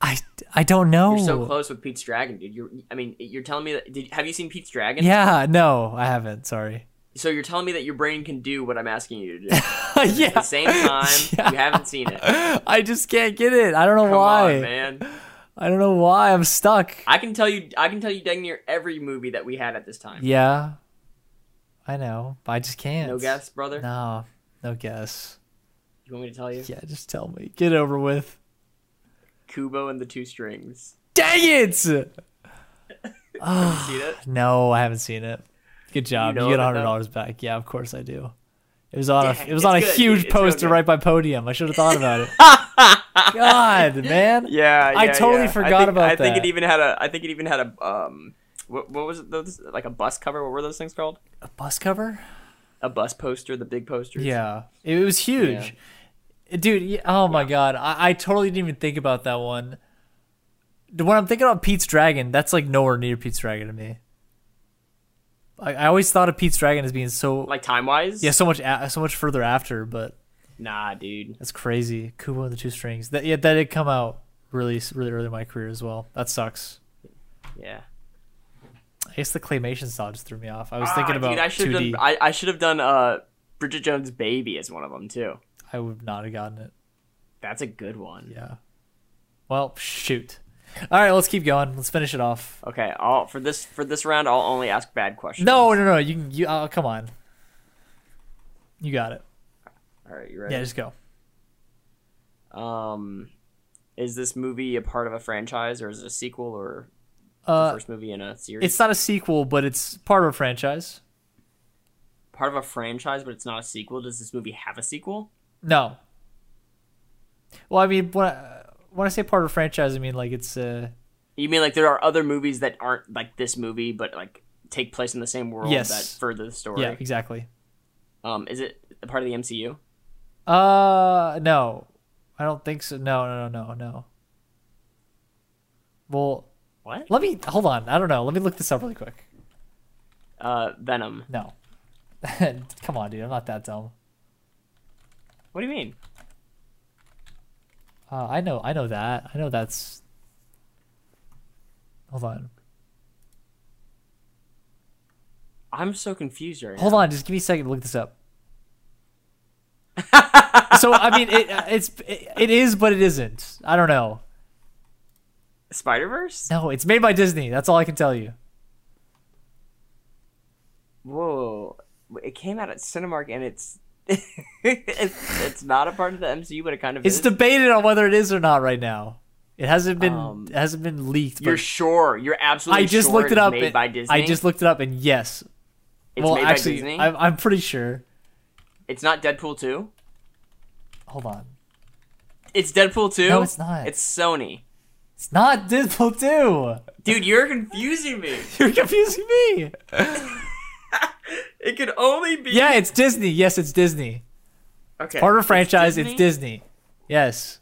Speaker 1: I, I don't know.
Speaker 2: You're so close with Pete's Dragon, dude. You're I mean, you're telling me that did have you seen Pete's Dragon?
Speaker 1: Yeah, no, I haven't. Sorry.
Speaker 2: So you're telling me that your brain can do what I'm asking you to do. At
Speaker 1: yeah.
Speaker 2: the same time, you haven't seen it. Come
Speaker 1: I just can't get it. I don't know why.
Speaker 2: on, man.
Speaker 1: I don't know why. I'm stuck.
Speaker 2: I can tell you I can tell you dang near every movie that we had at this time.
Speaker 1: Yeah. I know, but I just can't.
Speaker 2: No guess, brother?
Speaker 1: No, no guess.
Speaker 2: You want me to tell you?
Speaker 1: Yeah, just tell me. Get over with.
Speaker 2: Kubo and the Two Strings.
Speaker 1: Dang it!
Speaker 2: See that?
Speaker 1: No, I haven't seen it. Good job. You,
Speaker 2: know
Speaker 1: get
Speaker 2: it,
Speaker 1: a hundred
Speaker 2: though?
Speaker 1: dollars back. Yeah, of course I do. It was on
Speaker 2: Dang,
Speaker 1: a it was
Speaker 2: it's
Speaker 1: on a
Speaker 2: good,
Speaker 1: huge
Speaker 2: dude. It's real
Speaker 1: poster
Speaker 2: good.
Speaker 1: right by podium. I should have thought about it. God, man.
Speaker 2: Yeah,
Speaker 1: I
Speaker 2: yeah,
Speaker 1: totally
Speaker 2: yeah.
Speaker 1: forgot
Speaker 2: I think,
Speaker 1: about
Speaker 2: I think
Speaker 1: that.
Speaker 2: it even had a. I think it even had a. Um, what, what was it? Those like a bus cover. What were those things called?
Speaker 1: A bus cover?
Speaker 2: A bus poster, the big posters.
Speaker 1: Yeah, it was huge, dude. yeah- Oh my god, I, I totally didn't even think about that one. The- When I'm thinking about Pete's Dragon, that's like nowhere near Pete's Dragon to me. I, I always thought of Pete's Dragon as being so
Speaker 2: Like time wise.
Speaker 1: yeah so much a- so much further after, but
Speaker 2: Nah, dude.
Speaker 1: that's crazy. Kubo and the Two Strings. That yeah, that did come out really s- really early in my career as well. That sucks.
Speaker 2: Yeah.
Speaker 1: I guess the claymation style just threw me off. I was thinking
Speaker 2: Ah,
Speaker 1: about
Speaker 2: Dude, I should
Speaker 1: 2D.
Speaker 2: have done. I, I should have done. Uh, Bridget Jones' Baby as one of them too.
Speaker 1: I would not have gotten it.
Speaker 2: That's a good one.
Speaker 1: Yeah. Well, shoot. All right, let's keep going. Let's finish it off.
Speaker 2: Okay. I'll for this for this round. I'll only ask bad questions.
Speaker 1: No, no, no. You can. You. Oh, come on. You got it.
Speaker 2: All right. You ready?
Speaker 1: Yeah, just go.
Speaker 2: Um, is this movie a part of a franchise or is it a sequel or the
Speaker 1: Uh,
Speaker 2: first movie in a series?
Speaker 1: it's not a sequel, but it's part of a franchise.
Speaker 2: part of a franchise, but it's not a sequel. Does this movie have a sequel?
Speaker 1: No. Well, I mean, when I, when I say part of a franchise, I mean like it's. Uh,
Speaker 2: You mean like there are other movies that aren't like this movie, but like take place in the same world
Speaker 1: Yes.
Speaker 2: that further the story?
Speaker 1: yeah, exactly.
Speaker 2: Um, is it a part of the MCU?
Speaker 1: Uh, no, I don't think so. No, no, no, no, no. Well,
Speaker 2: What?
Speaker 1: let me hold on. I don't know. Let me look this up really quick.
Speaker 2: Uh, Venom.
Speaker 1: No. Come on, dude. I'm not that dumb.
Speaker 2: What do you mean?
Speaker 1: Uh, I know, I know that. I know that's. Hold on,
Speaker 2: I'm so confused right
Speaker 1: hold on. Just give me a second to look this up. so I mean, it, uh, it's it, it is, but it isn't. I don't know.
Speaker 2: now. Spider Verse.
Speaker 1: No, it's made by Disney. That's all I can tell you.
Speaker 2: Whoa! It came out at Cinemark, and it's it's, it's not a part of the MCU, but it kind of
Speaker 1: It's
Speaker 2: is.
Speaker 1: debated on whether it is or not right now. It hasn't been
Speaker 2: Um,
Speaker 1: it hasn't been leaked.
Speaker 2: You're
Speaker 1: But
Speaker 2: sure? You're absolutely.
Speaker 1: I just
Speaker 2: sure
Speaker 1: looked it
Speaker 2: it's
Speaker 1: up.
Speaker 2: Made
Speaker 1: and-
Speaker 2: by Disney.
Speaker 1: I just looked it up, and yes.
Speaker 2: It's
Speaker 1: well,
Speaker 2: made by
Speaker 1: actually,
Speaker 2: Disney?
Speaker 1: I'm, I'm pretty sure.
Speaker 2: It's not Deadpool two.
Speaker 1: Hold on,
Speaker 2: It's Deadpool two.
Speaker 1: No, it's not.
Speaker 2: It's Sony.
Speaker 1: it's not Disney too.
Speaker 2: Dude, you're confusing me.
Speaker 1: You're confusing me.
Speaker 2: It could only be.
Speaker 1: Yeah, it's Disney. Yes, it's Disney.
Speaker 2: Okay.
Speaker 1: Part of a franchise, it's
Speaker 2: Disney,
Speaker 1: Disney. Yes.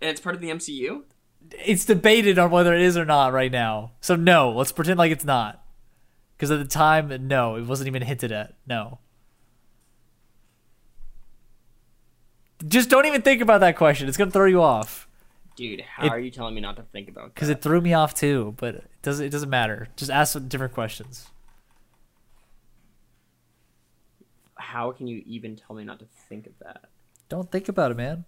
Speaker 2: And it's part of the MCU.
Speaker 1: It's debated on whether it is or not right now. So no, let's pretend like it's not. Because at the time, no, it wasn't even hinted at. No. Just don't even think about that question. It's gonna throw you off.
Speaker 2: Dude, how
Speaker 1: It-
Speaker 2: are you telling me not to think about that?
Speaker 1: Because it threw me off too. But it doesn't. It doesn't matter. Just ask some different questions.
Speaker 2: how can you even tell me not to think of that?
Speaker 1: Don't think about it, man.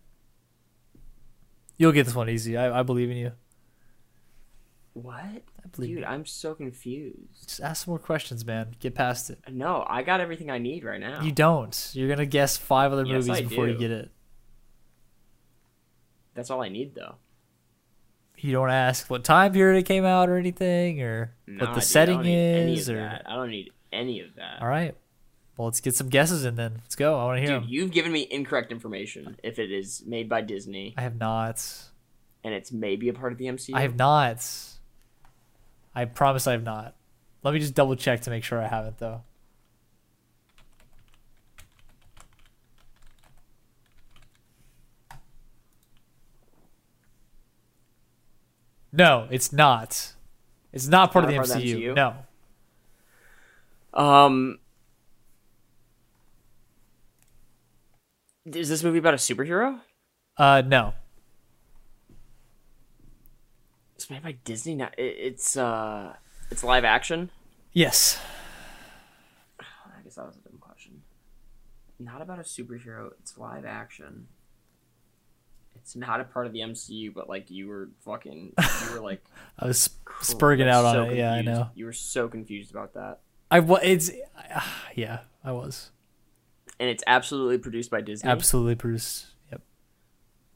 Speaker 1: You'll get this one easy. I, I believe in you.
Speaker 2: What?
Speaker 1: I believe
Speaker 2: Dude,
Speaker 1: you.
Speaker 2: I'm so confused.
Speaker 1: Just ask some more questions, man. Get past it.
Speaker 2: No, I got everything I need right now.
Speaker 1: You don't. You're gonna guess five other
Speaker 2: Yes,
Speaker 1: movies
Speaker 2: I
Speaker 1: before you
Speaker 2: do.
Speaker 1: get it.
Speaker 2: That's all I need though.
Speaker 1: You don't ask what time period it came out or anything, or
Speaker 2: Nah,
Speaker 1: what
Speaker 2: dude,
Speaker 1: the setting
Speaker 2: I don't need any
Speaker 1: is,
Speaker 2: of
Speaker 1: or
Speaker 2: that. I don't need any of that.
Speaker 1: all right. Well, let's get some guesses in then. Let's go. I want to hear
Speaker 2: Dude,
Speaker 1: 'em.
Speaker 2: you've given me incorrect information. If it is made by Disney
Speaker 1: I have not.
Speaker 2: and it's maybe a part of the MCU,
Speaker 1: I have not. I promise I have not. Let me just double check to make sure I haven't though. No, it's not. It's not part,
Speaker 2: not
Speaker 1: of, the
Speaker 2: part of the
Speaker 1: MCU.
Speaker 2: MCU?
Speaker 1: No.
Speaker 2: um, is this movie about a superhero?
Speaker 1: Uh no.
Speaker 2: It's made by Disney. Now. It, it's uh, it's live action.
Speaker 1: Yes.
Speaker 2: I guess that was a dumb question. Not about a superhero. It's live action. It's not a part of the MCU, but like you were fucking, you were like
Speaker 1: I was sp- spurging out on
Speaker 2: so
Speaker 1: it. Yeah, I
Speaker 2: confused.
Speaker 1: know.
Speaker 2: You were so confused about that,
Speaker 1: I wa- it's ah, yeah, I was.
Speaker 2: and it's absolutely produced by Disney.
Speaker 1: Absolutely produced. Yep.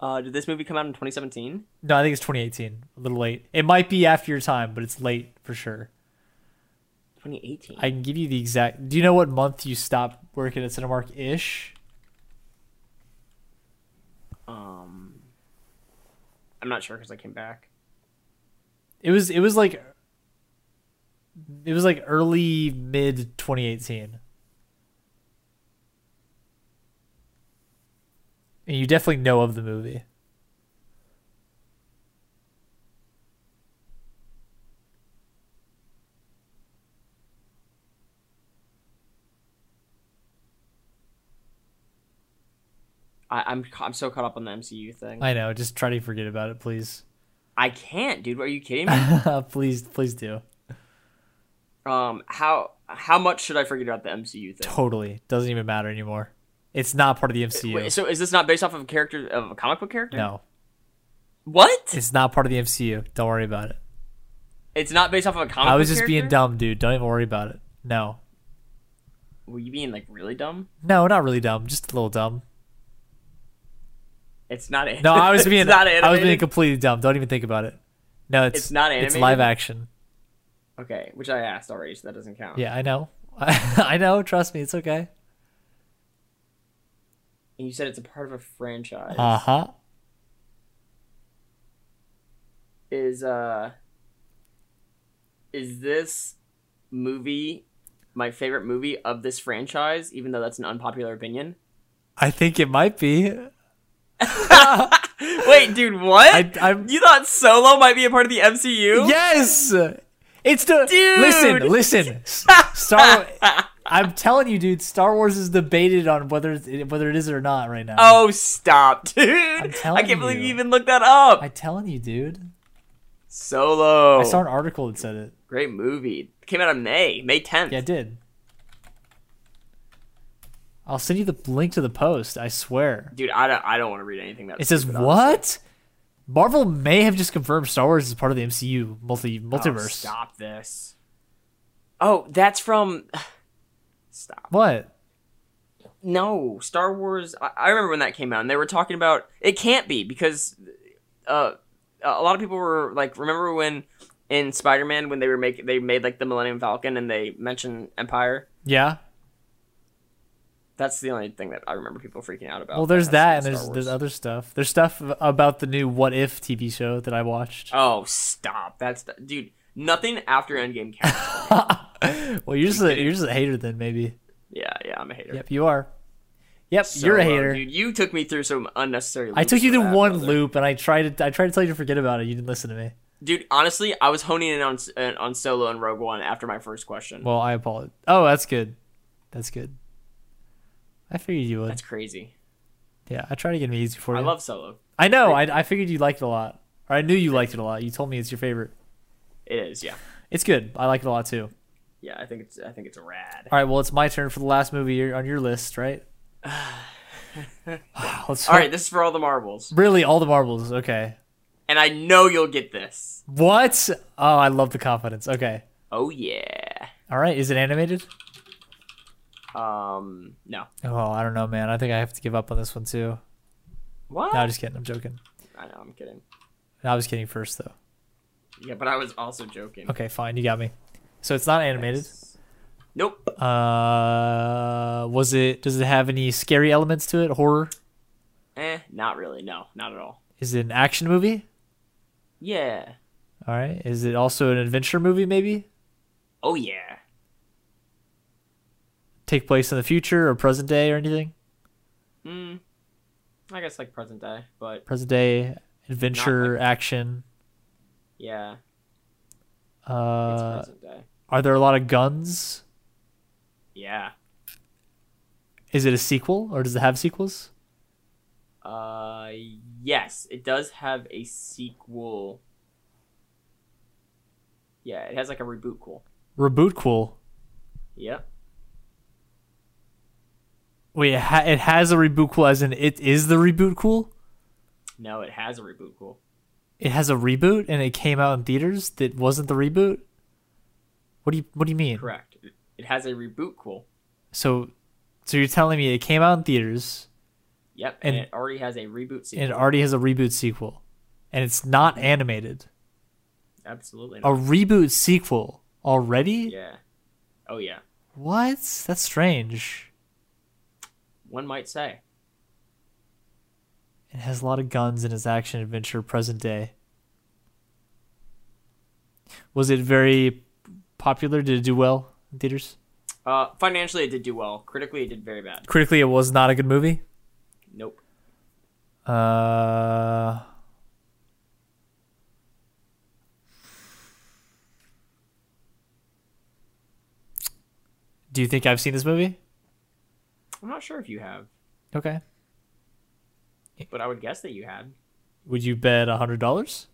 Speaker 2: uh, did this movie come out in 2017?
Speaker 1: No, I think it's 2018. A little late. It might be after your time, but it's late for sure.
Speaker 2: 2018.
Speaker 1: I can give you the exact. Do you know what month you stopped working at Cinemark ish?
Speaker 2: um, I'm not sure because I came back.
Speaker 1: It was. It was like. It was like early mid 2018. And you definitely know of the movie.
Speaker 2: I, I'm ca- I'm so caught up on the MCU thing. I,
Speaker 1: I know. Just try to forget about it, please.
Speaker 2: can't, dude. Are you kidding me?
Speaker 1: please, please do.
Speaker 2: um, how how much should I forget about the MCU thing?
Speaker 1: Totally. Doesn't even matter anymore. It's not part of the MCU.
Speaker 2: Wait, so is this not based off of a character of a comic book character?
Speaker 1: no.
Speaker 2: What?
Speaker 1: It's not part of the MCU. Don't worry about it.
Speaker 2: It's not based off of a comic.
Speaker 1: I
Speaker 2: book
Speaker 1: was just being
Speaker 2: character?
Speaker 1: dumb, dude. Don't even worry about it. No.
Speaker 2: Were you being like really dumb?
Speaker 1: No, not really dumb. Just a little dumb.
Speaker 2: It's not. an-
Speaker 1: No, I was being
Speaker 2: it's not
Speaker 1: I was being
Speaker 2: animated.
Speaker 1: completely dumb. Don't even think about it. No, it's
Speaker 2: It's not
Speaker 1: It's
Speaker 2: animated?
Speaker 1: live action.
Speaker 2: okay, which I asked already, so that doesn't count.
Speaker 1: Yeah, I know. I know. Trust me, it's okay.
Speaker 2: And you said it's a part of a franchise.
Speaker 1: Uh huh.
Speaker 2: is uh, is this movie my favorite movie of this franchise? Even though that's an unpopular opinion.
Speaker 1: I think it might be.
Speaker 2: Wait, dude, what?
Speaker 1: I- I'm-
Speaker 2: You thought Solo might be a part of the MCU?
Speaker 1: Yes, it's the
Speaker 2: Dude!
Speaker 1: listen, listen. S- Star. I'm telling you, dude. Star Wars is debated on whether it's, whether it is or not right now.
Speaker 2: Oh, stop, dude! I
Speaker 1: telling
Speaker 2: can't believe
Speaker 1: you.
Speaker 2: you even looked that up.
Speaker 1: I'm telling you, dude.
Speaker 2: Solo.
Speaker 1: I saw an article that said it.
Speaker 2: Great movie. Came out in May, May 10th.
Speaker 1: Yeah, it did. I'll send you the link to the post. I swear.
Speaker 2: Dude, I don't, I don't want to read anything that
Speaker 1: It says
Speaker 2: stupid,
Speaker 1: what? Marvel may have just confirmed Star Wars is part of the MCU multi
Speaker 2: honestly. Oh,
Speaker 1: multiverse.
Speaker 2: stop this. Oh, that's from. Stop.
Speaker 1: what?
Speaker 2: No, Star Wars. I, I remember when that came out, and they were talking about it can't be because uh, a lot of people were like, remember when in Spider Man when they were making they made like the Millennium Falcon and they mentioned Empire.
Speaker 1: Yeah.
Speaker 2: That's the only thing that I remember people freaking out about.
Speaker 1: Well, there's that, and
Speaker 2: That's in
Speaker 1: there's
Speaker 2: Star
Speaker 1: there's
Speaker 2: Wars.
Speaker 1: other stuff. There's stuff about the new What If TV show that I watched.
Speaker 2: Oh, stop! That's the, dude. Nothing after Endgame counts.
Speaker 1: well, you're just a, you're just a hater then, maybe.
Speaker 2: yeah, yeah, I'm a hater.
Speaker 1: Yep, you are. Yep, you're a
Speaker 2: Solo,
Speaker 1: hater.
Speaker 2: dude. You took me through some unnecessary.
Speaker 1: I took
Speaker 2: loops
Speaker 1: you
Speaker 2: for
Speaker 1: through
Speaker 2: that,
Speaker 1: one
Speaker 2: brother.
Speaker 1: loop, and I tried to I tried to tell you to forget about it. You didn't listen to me.
Speaker 2: dude. Honestly, I was honing in on uh, on Solo and Rogue One after my first question.
Speaker 1: Well, I apologize. Oh, that's good. That's good. I figured you would.
Speaker 2: That's crazy.
Speaker 1: yeah, I tried to get him easy for you.
Speaker 2: I love Solo.
Speaker 1: I know. I, I figured you liked it a lot. Or I knew you liked it a lot. You told me it's your favorite.
Speaker 2: It is, yeah,
Speaker 1: It's good. I like it a lot too.
Speaker 2: Yeah, I think it's I think it's rad.
Speaker 1: All right, well, it's my turn for the last movie you're- on your list, right? Let's
Speaker 2: All right, this is for all the marbles,
Speaker 1: Really, all the marbles. Okay.
Speaker 2: and I know you'll get this.
Speaker 1: What? Oh, I love the confidence. Okay.
Speaker 2: Oh yeah.
Speaker 1: All right. Is it animated?
Speaker 2: Um, no.
Speaker 1: Oh, I don't know, man. I think I have to give up on this one too.
Speaker 2: What?
Speaker 1: No, I'm just kidding. I'm joking.
Speaker 2: I know, I'm kidding.
Speaker 1: No, I was kidding first though.
Speaker 2: Yeah, but I was also joking.
Speaker 1: Okay, fine. You got me. So it's not animated.
Speaker 2: Yes. Nope.
Speaker 1: Uh, was it? Does it have any scary elements to it? Horror?
Speaker 2: Eh, not really. No, not at all.
Speaker 1: Is it an action movie?
Speaker 2: Yeah.
Speaker 1: All right. Is it also an adventure movie? Maybe
Speaker 2: Oh yeah.
Speaker 1: take place in the future or present day or anything?
Speaker 2: Hmm. I guess like present day, but
Speaker 1: Present day adventure action.
Speaker 2: yeah, it's
Speaker 1: Uh,
Speaker 2: present day.
Speaker 1: are there a lot of guns?
Speaker 2: Yeah.
Speaker 1: Is it a sequel or does it have sequels?
Speaker 2: Uh, yes, it does have a sequel. Yeah, it has like a reboot. Cool.
Speaker 1: Reboot cool.
Speaker 2: Yep.
Speaker 1: Wait, it, ha- it has a reboot cool as in it is the reboot cool?
Speaker 2: No, it has a reboot. Cool.
Speaker 1: It has a reboot and it came out in theaters that wasn't the reboot? What do you what do you mean?
Speaker 2: Correct. It- It has a reboot. Cool.
Speaker 1: So so you're telling me it came out in theaters
Speaker 2: Yep. And,
Speaker 1: And-
Speaker 2: it already has a reboot sequel.
Speaker 1: and it already has a reboot sequel and it's not animated.
Speaker 2: Absolutely.
Speaker 1: A
Speaker 2: Not.
Speaker 1: reboot sequel already?
Speaker 2: Yeah. Oh yeah.
Speaker 1: What? That's strange.
Speaker 2: One might say.
Speaker 1: It has a lot of guns in its action adventure present day. Was it very popular? Did it do well in theaters?
Speaker 2: Uh, financially, it did do well. Critically, it did very bad.
Speaker 1: Critically, it was not a good movie.
Speaker 2: Nope.
Speaker 1: Uh, do you think I've seen this movie?
Speaker 2: I'm not sure if you have,
Speaker 1: Okay.
Speaker 2: but I would guess that you had.
Speaker 1: Would you bet a hundred dollars?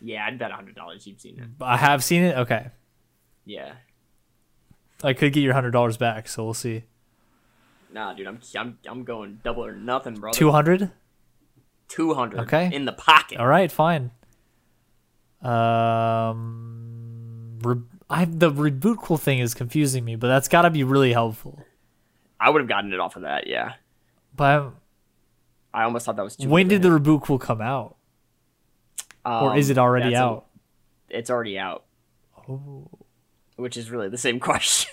Speaker 2: Yeah, I'd bet hundred dollars you've seen it.
Speaker 1: I have seen it. Okay,
Speaker 2: Yeah.
Speaker 1: I could get your hundred dollars back, so we'll see.
Speaker 2: Nah, dude, I'm I'm, I'm going double or nothing, brother.
Speaker 1: Two hundred.
Speaker 2: Two hundred.
Speaker 1: Okay.
Speaker 2: In the pocket.
Speaker 1: All right, fine. Um, re- I the reboot cool thing is confusing me, but that's got to be really helpful.
Speaker 2: I would have gotten it off of that. Yeah.
Speaker 1: But
Speaker 2: I almost thought that was too.
Speaker 1: when did the reboot cool come out, or is it already out?
Speaker 2: Um, it's already out,
Speaker 1: oh,
Speaker 2: which is really the same question.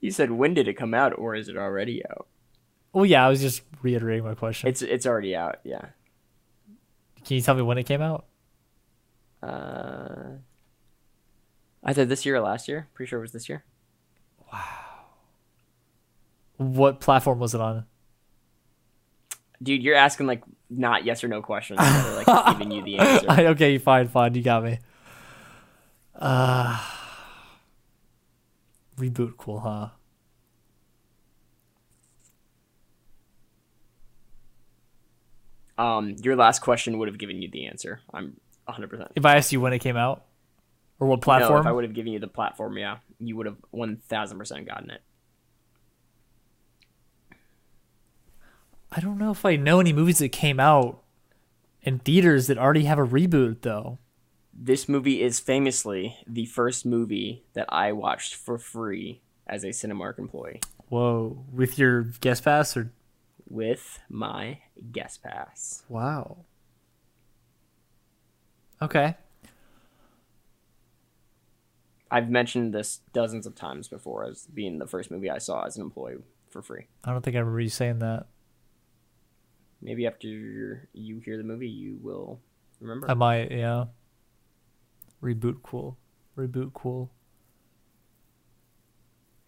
Speaker 2: you said when did it come out, or is it already out?
Speaker 1: well, yeah. I was just reiterating my question.
Speaker 2: It's it's already out. Yeah.
Speaker 1: Can you tell me when it came out?
Speaker 2: Uh, either this year or last year. Pretty sure it was this year.
Speaker 1: What platform was it on?
Speaker 2: Dude, you're asking like not yes or no questions. They're like giving you the answer.
Speaker 1: I, okay, fine, fine. You got me. Uh, reboot cool, huh?
Speaker 2: Um, your last question would have given you the answer. I'm 100. percent
Speaker 1: If I asked you when it came out, or what
Speaker 2: No,
Speaker 1: platform?
Speaker 2: if I would have given you the platform, yeah, you would have 1,000 percent gotten it.
Speaker 1: I don't know if I know any movies that came out in theaters that already have a reboot though.
Speaker 2: This movie is famously the first movie that I watched for free as a Cinemark employee
Speaker 1: Whoa, with your guest pass or
Speaker 2: with my guest pass.
Speaker 1: wow. Okay.
Speaker 2: I've mentioned this dozens of times before as being the first movie I saw as an employee for free.
Speaker 1: I don't think I remember you saying that.
Speaker 2: Maybe after you hear the movie, you will remember.
Speaker 1: I might, yeah. Reboot cool. Reboot cool.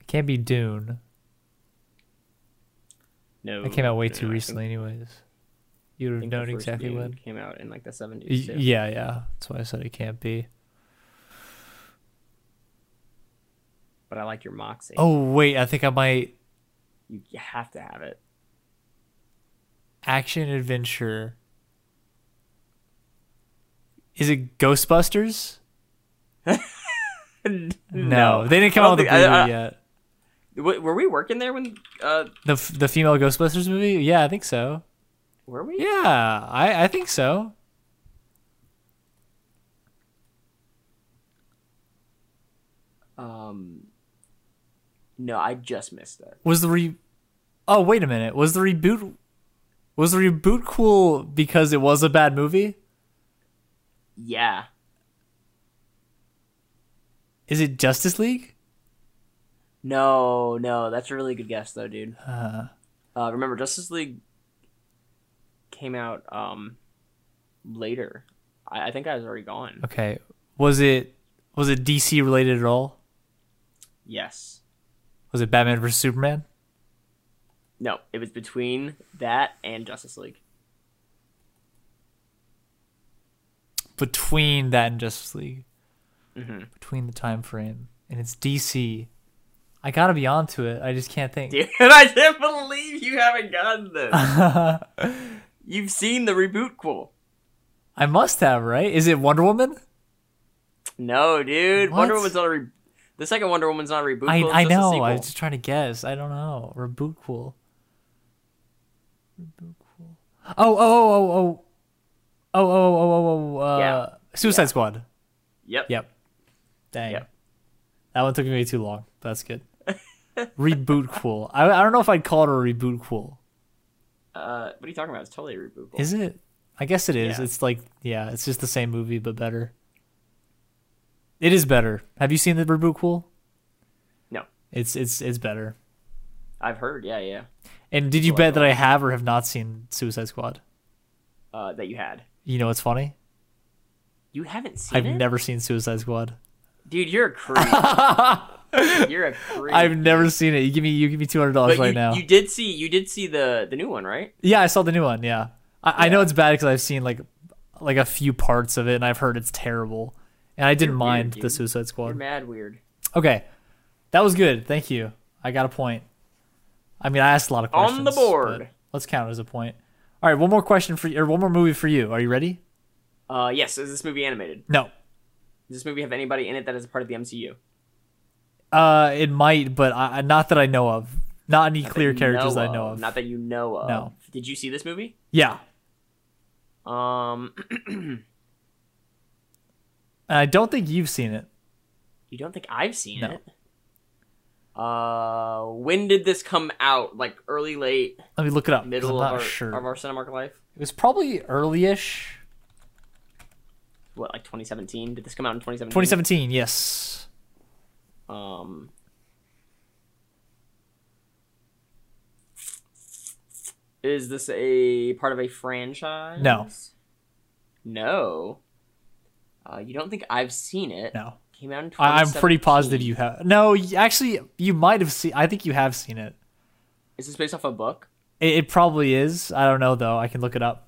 Speaker 1: It can't be Dune.
Speaker 2: no,
Speaker 1: It came out way
Speaker 2: no,
Speaker 1: too
Speaker 2: I think-
Speaker 1: recently anyways. You
Speaker 2: I
Speaker 1: would have
Speaker 2: think the
Speaker 1: known
Speaker 2: first
Speaker 1: exactly
Speaker 2: Dune
Speaker 1: when.
Speaker 2: came out in like the 70s.
Speaker 1: Y-
Speaker 2: too.
Speaker 1: Yeah, yeah. That's why I said it can't be.
Speaker 2: But I like your moxie.
Speaker 1: Oh wait, I think I might
Speaker 2: You you have to have it.
Speaker 1: action adventure. Is it Ghostbusters?
Speaker 2: Mm. no,
Speaker 1: No, they didn't come
Speaker 2: I
Speaker 1: out
Speaker 2: don't
Speaker 1: with a
Speaker 2: think- I-
Speaker 1: movie
Speaker 2: I-
Speaker 1: yet.
Speaker 2: W- were we working there when? Uh,
Speaker 1: The f- the female Ghostbusters movie? Yeah, I think so.
Speaker 2: were we?
Speaker 1: Yeah, I I think so.
Speaker 2: Um, no, I just missed that.
Speaker 1: Was the re? Oh wait a minute. Was the reboot? Was the reboot cool because it was a bad movie?
Speaker 2: Yeah,
Speaker 1: Is it Justice League?
Speaker 2: no, no, that's a really good guess though, dude.
Speaker 1: Uh,
Speaker 2: Uh, remember, Justice League came out um later. I, I think I was already gone.
Speaker 1: okay. Was it was it DC related at all?
Speaker 2: Yes.
Speaker 1: Was it Batman vs Superman?
Speaker 2: No, it was between that and Justice League.
Speaker 1: Between that and Justice League,
Speaker 2: hmm
Speaker 1: between the time frame, and it's DC. I gotta be onto it. I just can't think.
Speaker 2: Dude, I can't believe you haven't gotten
Speaker 1: Uh.
Speaker 2: this. You've seen the reboot cool.
Speaker 1: I must have right. Is it Wonder Woman?
Speaker 2: No, dude. Wonder
Speaker 1: What?
Speaker 2: Woman's not a re- the second Wonder Woman's not a reboot.
Speaker 1: I
Speaker 2: cool, it's
Speaker 1: I
Speaker 2: just a
Speaker 1: know.
Speaker 2: sequel.
Speaker 1: I was just trying to guess. I don't know. Reboot cool. Reboot cool. Oh oh oh oh oh oh oh oh oh. oh uh,
Speaker 2: Yeah.
Speaker 1: Suicide Squad.
Speaker 2: Yep.
Speaker 1: Yep. Dang.
Speaker 2: Yep.
Speaker 1: That one took me too long. That's good. reboot cool. I I don't know if I'd call it a reboot cool.
Speaker 2: Uh, what are you talking about? It's totally a reboot. cool.
Speaker 1: Is it? I guess it is.
Speaker 2: Yeah.
Speaker 1: It's like yeah, it's just the same movie but better. It is better. Have you seen the reboot cool?
Speaker 2: No.
Speaker 1: It's it's it's better.
Speaker 2: I've heard. Yeah, yeah.
Speaker 1: And did you
Speaker 2: Well, I
Speaker 1: bet that I have or have not seen Suicide Squad?
Speaker 2: Uh, that you had.
Speaker 1: You know what's funny?
Speaker 2: You haven't seen
Speaker 1: I've
Speaker 2: it,
Speaker 1: never seen Suicide Squad.
Speaker 2: dude. You're a creep. you're a creep.
Speaker 1: I've never seen it. You give me you give me two hundred
Speaker 2: but
Speaker 1: dollars
Speaker 2: you,
Speaker 1: right now.
Speaker 2: you did see you did see the the new one, right?
Speaker 1: Yeah, I saw the new one. Yeah, I, I know it's bad because I've seen like like a few parts of it, and I've heard it's terrible. And I didn't
Speaker 2: You're weird,
Speaker 1: mind the
Speaker 2: dude.
Speaker 1: Suicide
Speaker 2: You're
Speaker 1: Squad.
Speaker 2: mad weird.
Speaker 1: Okay, that was good. Thank you. I got a point. I mean, I asked a lot of questions
Speaker 2: On the board.
Speaker 1: but Let's count it as a point. All right, one more question for you, or one more movie for you. Are you ready?
Speaker 2: Uh, yes. Is this movie animated?
Speaker 1: No.
Speaker 2: Does this movie have anybody in it that is a part of the MCU?
Speaker 1: Uh, it might, but I, I- not that I know of. Not any clear
Speaker 2: That you
Speaker 1: characters I know of.
Speaker 2: Not that you know of.
Speaker 1: No.
Speaker 2: Did you see this movie?
Speaker 1: yeah,
Speaker 2: Um,
Speaker 1: and I don't think you've seen it.
Speaker 2: you don't think I've seen
Speaker 1: No.
Speaker 2: it? Uh, when did this come out? Like early, late,
Speaker 1: Let me look it up. 'cause
Speaker 2: middle
Speaker 1: I'm
Speaker 2: of
Speaker 1: not
Speaker 2: our
Speaker 1: sure.
Speaker 2: of our Cinemark life?
Speaker 1: It was probably early-ish.
Speaker 2: What, like 2017? Did this come out in 2017?
Speaker 1: 2017, yes.
Speaker 2: Um. Is this a part of a franchise?
Speaker 1: No.
Speaker 2: No. Uh, you don't think I've seen it?
Speaker 1: No.
Speaker 2: Came out in 2017.
Speaker 1: I, I'm pretty positive you have. No, y- actually, you might have seen. I think you have seen it.
Speaker 2: Is this based off a book?
Speaker 1: it. It probably is. I don't know, though. I can look it up.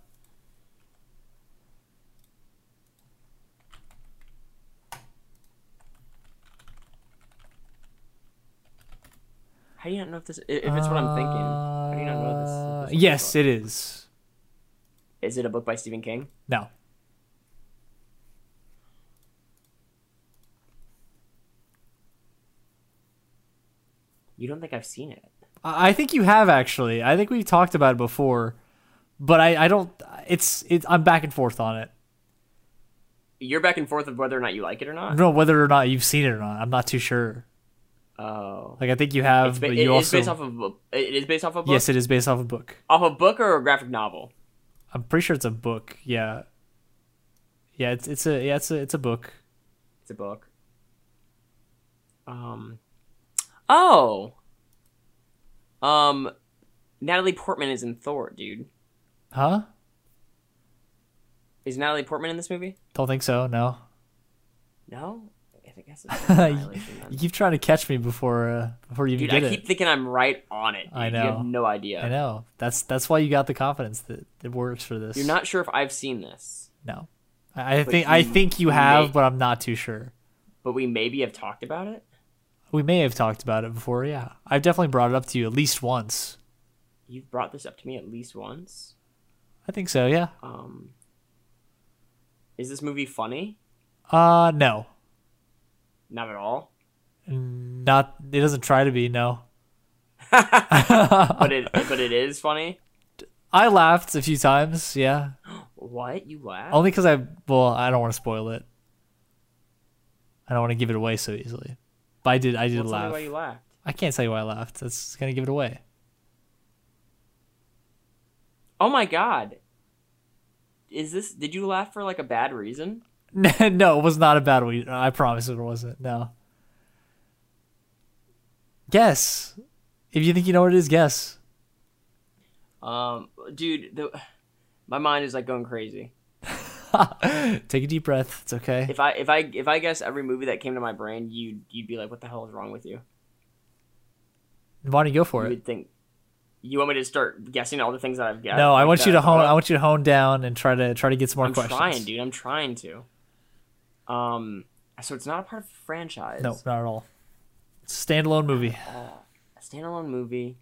Speaker 2: How do you not know if this? i- If it's what I'm thinking, how do you not know
Speaker 1: Uh,
Speaker 2: this? if this is a
Speaker 1: yes,
Speaker 2: book?
Speaker 1: it is.
Speaker 2: Is it a book by Stephen King?
Speaker 1: No.
Speaker 2: You don't think I've seen it?
Speaker 1: I I think you have, actually. I think we've talked about it before, but I, I don't. It's, it, I'm back and forth on it.
Speaker 2: You're back and forth of whether or not you like it or
Speaker 1: I
Speaker 2: not.
Speaker 1: don't know whether or not you've seen it or not. I'm not too sure.
Speaker 2: Oh.
Speaker 1: Like, I think you have,
Speaker 2: It's ba-
Speaker 1: but
Speaker 2: it
Speaker 1: you
Speaker 2: is
Speaker 1: also.
Speaker 2: based off of a book. It is based off a book.
Speaker 1: yes, it is based off a book.
Speaker 2: Off a book or a graphic novel.
Speaker 1: I'm pretty sure it's a book. Yeah. Yeah, it's it's a yeah, it's a it's a book.
Speaker 2: It's a book. Um. Oh. Um. Natalie Portman is in Thor, dude.
Speaker 1: Huh?
Speaker 2: Is Natalie Portman in this movie?
Speaker 1: Don't think so. No.
Speaker 2: No. I guess
Speaker 1: you
Speaker 2: it's
Speaker 1: you keep trying to catch me before uh, before you even
Speaker 2: Dude, I
Speaker 1: get
Speaker 2: keep
Speaker 1: it.
Speaker 2: thinking I'm right on it. Dude.
Speaker 1: I
Speaker 2: You
Speaker 1: know.
Speaker 2: have no idea.
Speaker 1: I know. That's that's why you got the confidence that it works for this.
Speaker 2: You're not sure if I've seen this,
Speaker 1: No. I, I
Speaker 2: But
Speaker 1: think I
Speaker 2: you
Speaker 1: think you have,
Speaker 2: may-
Speaker 1: but I'm not too sure.
Speaker 2: but we maybe have talked about it.
Speaker 1: We may have talked about it before. Yeah, I've definitely brought it up to you at least once.
Speaker 2: You've brought this up to me at least once.
Speaker 1: I think so. Yeah.
Speaker 2: Um. Is this movie funny?
Speaker 1: Uh, no.
Speaker 2: Not at all.
Speaker 1: Not it doesn't try to be no.
Speaker 2: But it but it is funny.
Speaker 1: I laughed a few times, yeah.
Speaker 2: What you laugh?
Speaker 1: Only because I well, I don't want to spoil it. I don't want to give it away so easily. But I did. I did
Speaker 2: Well, tell me
Speaker 1: laugh.
Speaker 2: Why you laughed?
Speaker 1: I can't tell you why I laughed. That's gonna give it away.
Speaker 2: Oh my god. Is this? Did you laugh for like a bad reason?
Speaker 1: no, it was not a bad week. I promise it wasn't. No. Guess. If you think you know what it is, guess.
Speaker 2: Um, dude, the, my mind is like going crazy.
Speaker 1: Take a deep breath. It's okay.
Speaker 2: If I if I if I guess every movie that came to my brain, you would you'd be like, what the hell is wrong with you?
Speaker 1: Why don't you go for
Speaker 2: You
Speaker 1: it?
Speaker 2: would think. You want me to start guessing all the things that I've guessed?
Speaker 1: No, I
Speaker 2: Like
Speaker 1: want you
Speaker 2: that?
Speaker 1: to hone. I want you to hone down and try to try to get some more
Speaker 2: I'm
Speaker 1: questions.
Speaker 2: trying, dude. I'm trying to. Um, so it's not a part of the franchise.
Speaker 1: No, not at all. It's a standalone movie.
Speaker 2: a standalone movie.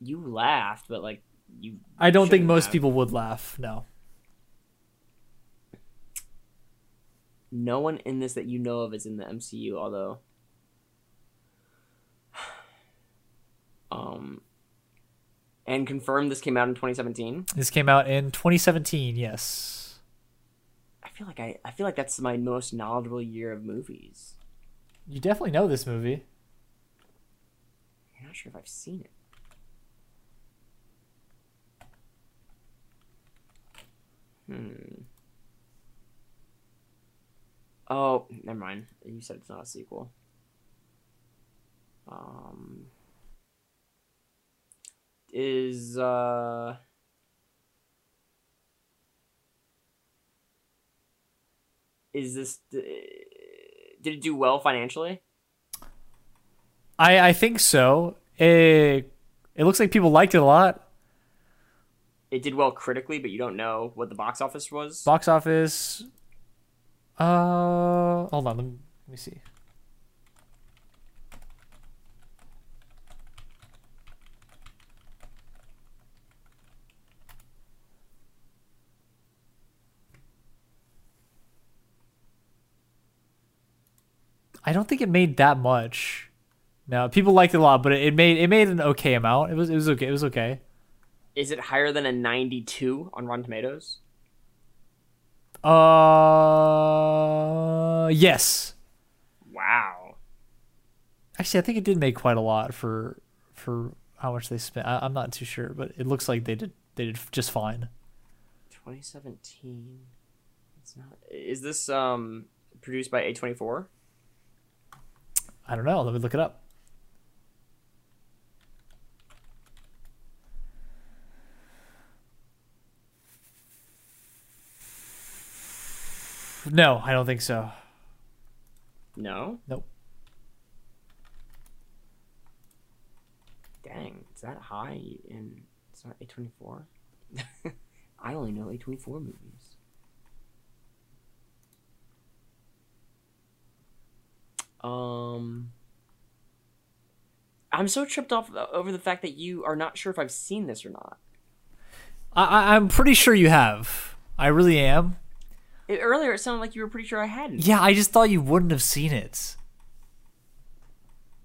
Speaker 2: You laughed, but like you.
Speaker 1: I don't think
Speaker 2: shouldn't
Speaker 1: most
Speaker 2: have.
Speaker 1: people would laugh. No.
Speaker 2: No one in this that you know of is in the MCU, although. um. And confirmed this came out in 2017.
Speaker 1: This came out in 2017. Yes.
Speaker 2: I feel like I, I feel like that's my most knowledgeable year of movies.
Speaker 1: You definitely know this movie.
Speaker 2: I'm not sure if I've seen it. Hmm. Oh, never mind. You said it's not a sequel. Um. Is uh. Is this did it do well financially?
Speaker 1: I I think so. It it looks like people liked it a lot.
Speaker 2: it did well critically, but you don't know what the box office was.
Speaker 1: Box office. Uh, hold on. Let me, let me see. I don't think it made that much. No, people liked it a lot, but it, it made it made an okay amount. It was it was okay. It was okay.
Speaker 2: Is it higher than a 92 on Rotten Tomatoes?
Speaker 1: Uh, yes.
Speaker 2: Wow.
Speaker 1: Actually, I think it did make quite a lot for for how much they spent. I, I'm not too sure, but it looks like they did they did just fine.
Speaker 2: 2017. It's not. Is this um produced by A24?
Speaker 1: I don't know. Let me look it up. No, I don't think so.
Speaker 2: No.
Speaker 1: Nope.
Speaker 2: Dang, it's that high in it's not A24. I only know A24 movies. Um I'm so tripped off uh, over the fact that you are not sure if I've seen this or not.
Speaker 1: I, I I'm pretty sure you have. I really am.
Speaker 2: It, earlier, it sounded like you were pretty sure I hadn't.
Speaker 1: Yeah, I just thought you wouldn't have seen it.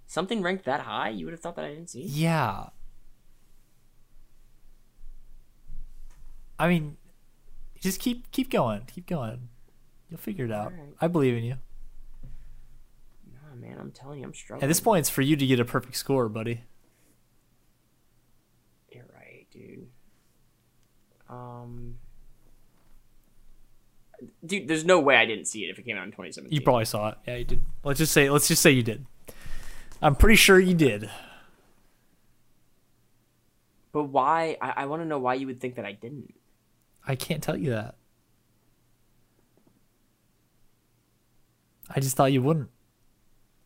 Speaker 2: Something ranked that high, you would have thought that I didn't see.
Speaker 1: Yeah. I mean, just keep keep going, keep going. You'll figure it out.
Speaker 2: Alright.
Speaker 1: I believe in you.
Speaker 2: Nah, man, I'm telling you, I'm struggling.
Speaker 1: At this point, it's for you to get a perfect score, buddy.
Speaker 2: You're right, dude. Um, dude, there's no way I didn't see it if it came out in 2017.
Speaker 1: You probably saw it. Yeah, you did. Let's just say let's just say you did. I'm pretty sure you did.
Speaker 2: but why? I, I want to know why you would think that I didn't.
Speaker 1: I can't tell you that. I just thought you wouldn't.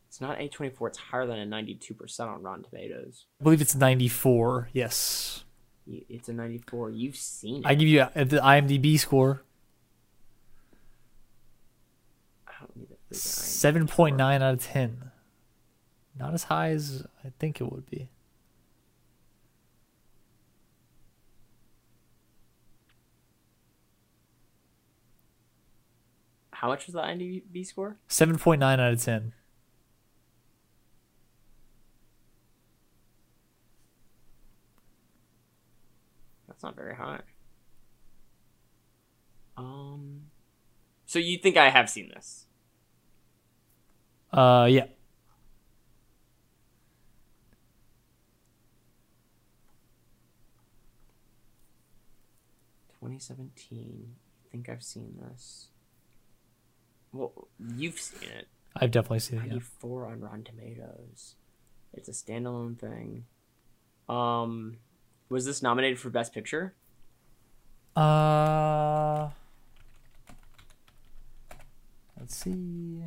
Speaker 2: It's not A24. It's higher than a 92 percent on Rotten Tomatoes.
Speaker 1: I believe it's 94. Yes.
Speaker 2: You- It's a 94. You've seen it.
Speaker 1: I give you a- the IMDb score
Speaker 2: I don't need the freaking.
Speaker 1: Seven point nine out of ten. Not as high as I think it would be.
Speaker 2: How much was the IMDb score?
Speaker 1: Seven point nine out of ten.
Speaker 2: That's not very high. Um, so you think I have seen this?
Speaker 1: Uh, yeah.
Speaker 2: Twenty seventeen. I think I've seen this. Well, you've seen it.
Speaker 1: I've definitely seen it. Yeah.
Speaker 2: Ninety four on Rotten Tomatoes. It's a standalone thing. Um, was this nominated for Best Picture?
Speaker 1: Uh, let's see.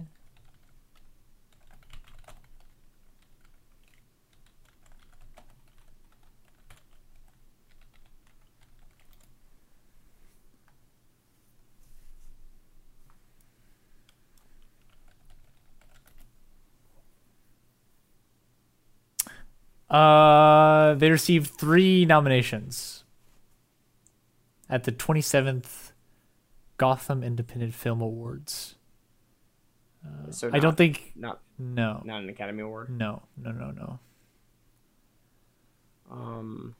Speaker 1: Uh, they received three nominations at the 27th Gotham Independent Film Awards. Uh,
Speaker 2: So
Speaker 1: I don't
Speaker 2: not-
Speaker 1: think
Speaker 2: Not
Speaker 1: no,
Speaker 2: not an Academy Award.
Speaker 1: no, no, no, no.
Speaker 2: Um,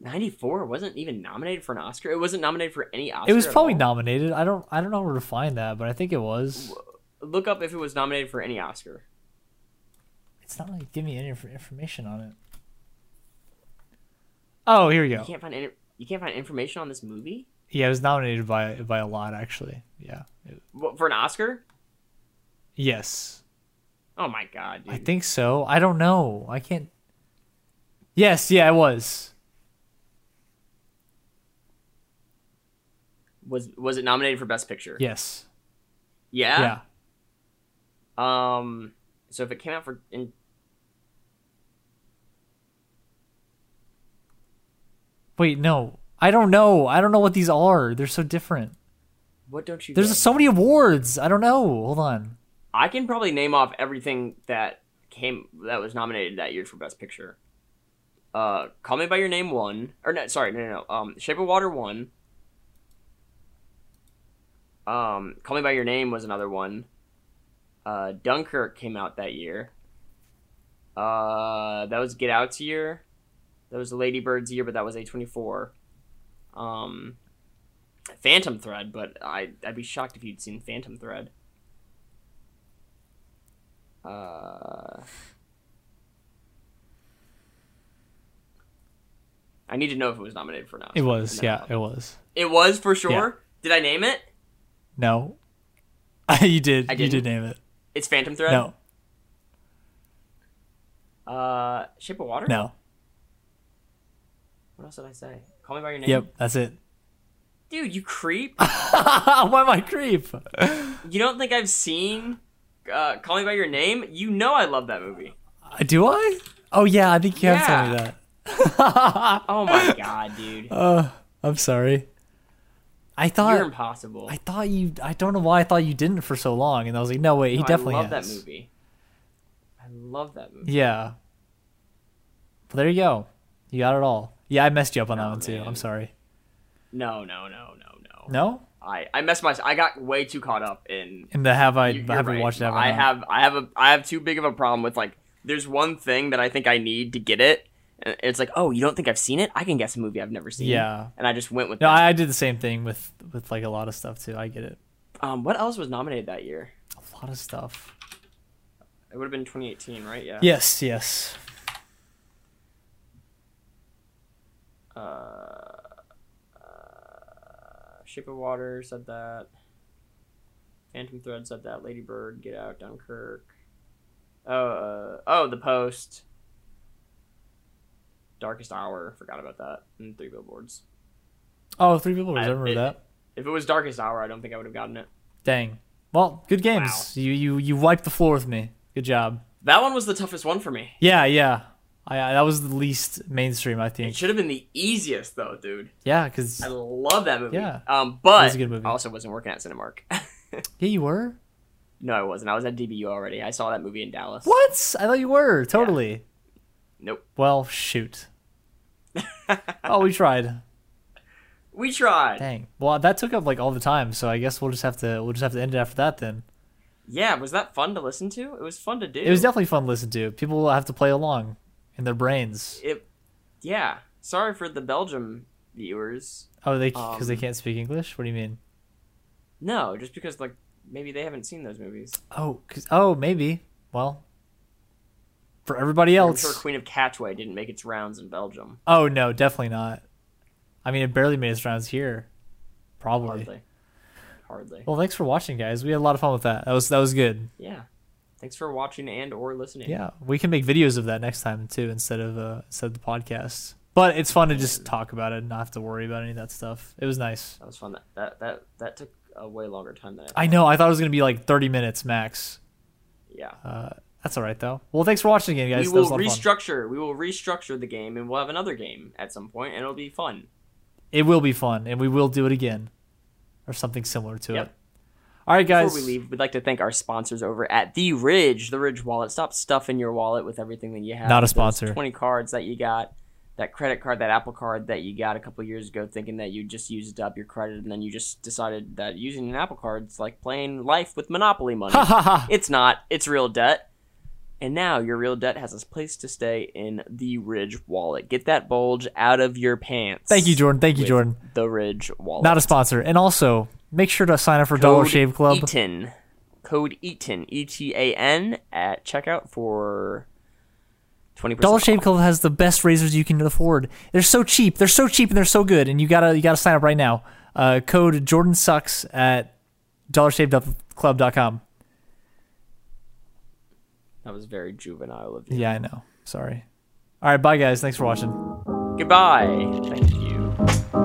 Speaker 2: ninety-four wasn't even nominated for an Oscar. It wasn't nominated for any Oscar.
Speaker 1: It was
Speaker 2: at
Speaker 1: probably
Speaker 2: all.
Speaker 1: nominated. I don't, I don't know where to find that, but I think it was.
Speaker 2: Look up if it was nominated for any Oscar.
Speaker 1: It's not really giving me any inf- information on it. Oh, here we
Speaker 2: You
Speaker 1: go.
Speaker 2: can't find any. You can't find information on this movie
Speaker 1: Yeah, it was nominated by by a lot actually. Yeah. It-
Speaker 2: what, for an Oscar.
Speaker 1: yes,
Speaker 2: Oh my god, dude.
Speaker 1: I think so. I don't know. I can't. Yes, yeah, it was.
Speaker 2: was was it nominated for Best Picture?
Speaker 1: Yes.
Speaker 2: Yeah.
Speaker 1: Yeah.
Speaker 2: Um. So if it came out for in.
Speaker 1: Wait, no. I don't know. I don't know what these are. They're so different.
Speaker 2: What don't you?
Speaker 1: There's
Speaker 2: get?
Speaker 1: so many awards. I don't know. Hold on.
Speaker 2: I can probably name off everything that came that was nominated that year for Best Picture. Uh, Call Me by Your Name won, or no, sorry, no, no, no. Um, Shape of Water won. Um, Call Me by Your Name was another one. Uh, Dunkirk came out that year. Uh, that was Get Out's year. That was the Lady Bird's year, but that was A twenty four. Um, Phantom Thread, but I I'd be shocked if you'd seen Phantom Thread. Uh, I need to know if it was nominated for an Oscar.
Speaker 1: It was.
Speaker 2: No.
Speaker 1: Yeah, it was.
Speaker 2: It was for sure. Did I name it?
Speaker 1: No. you did.
Speaker 2: I
Speaker 1: You did
Speaker 2: didn't.
Speaker 1: name it.
Speaker 2: It's Phantom Thread.
Speaker 1: No.
Speaker 2: Uh, Shape of Water.
Speaker 1: No.
Speaker 2: What else did I say? Call me by your name.
Speaker 1: Yep, that's it.
Speaker 2: Dude, you creep.
Speaker 1: Why am I creep?
Speaker 2: you don't think I've seen uh, Call Me by Your Name? You know I love that movie.
Speaker 1: Uh, Do I? Oh yeah, I think you have told me that.
Speaker 2: Oh my god, dude,
Speaker 1: uh, I'm sorry. I thought
Speaker 2: you're impossible.
Speaker 1: I thought you. I don't know why I thought you didn't for so long, and I was like, no wait, he
Speaker 2: No,
Speaker 1: definitely
Speaker 2: I love
Speaker 1: has.
Speaker 2: that movie. I love that movie.
Speaker 1: Yeah. Well, there you go. You got it all. Yeah, I messed you up on that
Speaker 2: Oh,
Speaker 1: one too.
Speaker 2: man.
Speaker 1: I'm sorry.
Speaker 2: No, no, no, no, no.
Speaker 1: No,
Speaker 2: I I messed my. I got way too caught up in
Speaker 1: and the have I
Speaker 2: You- you're
Speaker 1: have you
Speaker 2: right.
Speaker 1: watched that?
Speaker 2: I have I have a I have too big of a problem with like there's one thing that I think I need to get it. And it's like, oh, you don't think I've seen it? I can guess a movie I've never seen.
Speaker 1: Yeah.
Speaker 2: And I just went with
Speaker 1: No,
Speaker 2: that.
Speaker 1: I, I did the same thing with with like a lot of stuff too. I get it.
Speaker 2: um what else was nominated that year?
Speaker 1: A lot of stuff.
Speaker 2: It would have been 2018, right? Yeah.
Speaker 1: Yes, yes.
Speaker 2: Uh, uh, Shape of Water said that. Phantom Thread said that. Lady Bird, Get Out, Dunkirk. Oh, uh, oh, The Post. Darkest Hour. Forgot about that. And Three Billboards.
Speaker 1: Oh, three people. I
Speaker 2: I-
Speaker 1: remember
Speaker 2: it-
Speaker 1: that.
Speaker 2: If it was Darkest Hour, I don't think I would have gotten it.
Speaker 1: Dang. Well, good games. You you you wiped the floor with me. Good job.
Speaker 2: That one was the toughest one for me.
Speaker 1: Yeah, yeah. I, I that was the least mainstream, I
Speaker 2: It
Speaker 1: think.
Speaker 2: should have been the easiest though, dude.
Speaker 1: Yeah, because
Speaker 2: I love that movie.
Speaker 1: Yeah.
Speaker 2: Um, but
Speaker 1: It was a good movie.
Speaker 2: I also wasn't working at Cinemark.
Speaker 1: yeah, you were.
Speaker 2: no, I wasn't. I was at DBU already. I saw that movie in Dallas.
Speaker 1: What? I thought you were totally.
Speaker 2: Nope.
Speaker 1: Well, shoot. oh, we tried.
Speaker 2: We tried.
Speaker 1: Dang. Well, that took up like all the time, so I guess we'll just have to we'll just have to end it after that then.
Speaker 2: Yeah, was that fun to listen to? It was fun to do.
Speaker 1: It was definitely fun to listen to. People will have to play along. in their brains.
Speaker 2: It, yeah. Sorry for the Belgium viewers.
Speaker 1: Oh, they because they
Speaker 2: Um,
Speaker 1: can't speak English. What do you mean?
Speaker 2: No, just because like maybe they haven't seen those movies.
Speaker 1: Oh, 'cause- oh, maybe. Well, for everybody
Speaker 2: I'm
Speaker 1: else.
Speaker 2: sure Queen of Catchway didn't make its rounds in Belgium.
Speaker 1: Oh no, definitely not. I mean, it barely made its rounds here. Probably.
Speaker 2: Hardly. Hardly.
Speaker 1: Well, thanks for watching, guys. We had a lot of fun with that. That was that was good.
Speaker 2: Yeah. Thanks for watching and or listening.
Speaker 1: Yeah, we can make videos of that next time too, instead of uh, instead of the podcast. But it's fun to just talk about it and not have to worry about any of that stuff. It was nice.
Speaker 2: That was fun. That that that, that took a way longer time than I.
Speaker 1: I know. I thought it was gonna be like thirty minutes max.
Speaker 2: Yeah.
Speaker 1: Uh, that's all right though. Well, thanks for watching again, guys.
Speaker 2: we
Speaker 1: that
Speaker 2: will
Speaker 1: was a lot of fun.
Speaker 2: restructure. We will restructure the game, and we'll have another game at some point, and it'll be fun.
Speaker 1: It will be fun, and we will do it again, or something similar to
Speaker 2: Yep.
Speaker 1: it. All right, guys.
Speaker 2: Before we leave, we'd like to thank our sponsors over at The Ridge, The Ridge Wallet. Stop stuffing your wallet with everything that you have.
Speaker 1: Not a
Speaker 2: Those
Speaker 1: sponsor.
Speaker 2: 20 cards that you got, that credit card, that Apple card that you got a couple years ago, thinking that you just used up your credit, and then you just decided that using an Apple card's like playing life with Monopoly money.
Speaker 1: Ha ha ha.
Speaker 2: It's not. It's real debt. And now your real debt has a place to stay in the Ridge wallet. Get that bulge out of your pants.
Speaker 1: Thank you, Jordan. Thank you,
Speaker 2: With
Speaker 1: Jordan.
Speaker 2: The Ridge wallet.
Speaker 1: Not a sponsor. And also, make sure to sign up for Dollar
Speaker 2: Code
Speaker 1: Shave Club.
Speaker 2: Eaton. Code Eaton. E T A N at checkout for twenty percent.
Speaker 1: Dollar Shave Club has the best razors you can afford. They're so cheap. They're so cheap and they're so good. And you gotta you gotta sign up right now. Uh, code Jordan sucks at dollarshaveclub.com.
Speaker 2: That was very juvenile of you.
Speaker 1: Yeah, I know. Sorry. All right, bye guys. Thanks for watching.
Speaker 2: Goodbye. Thank you.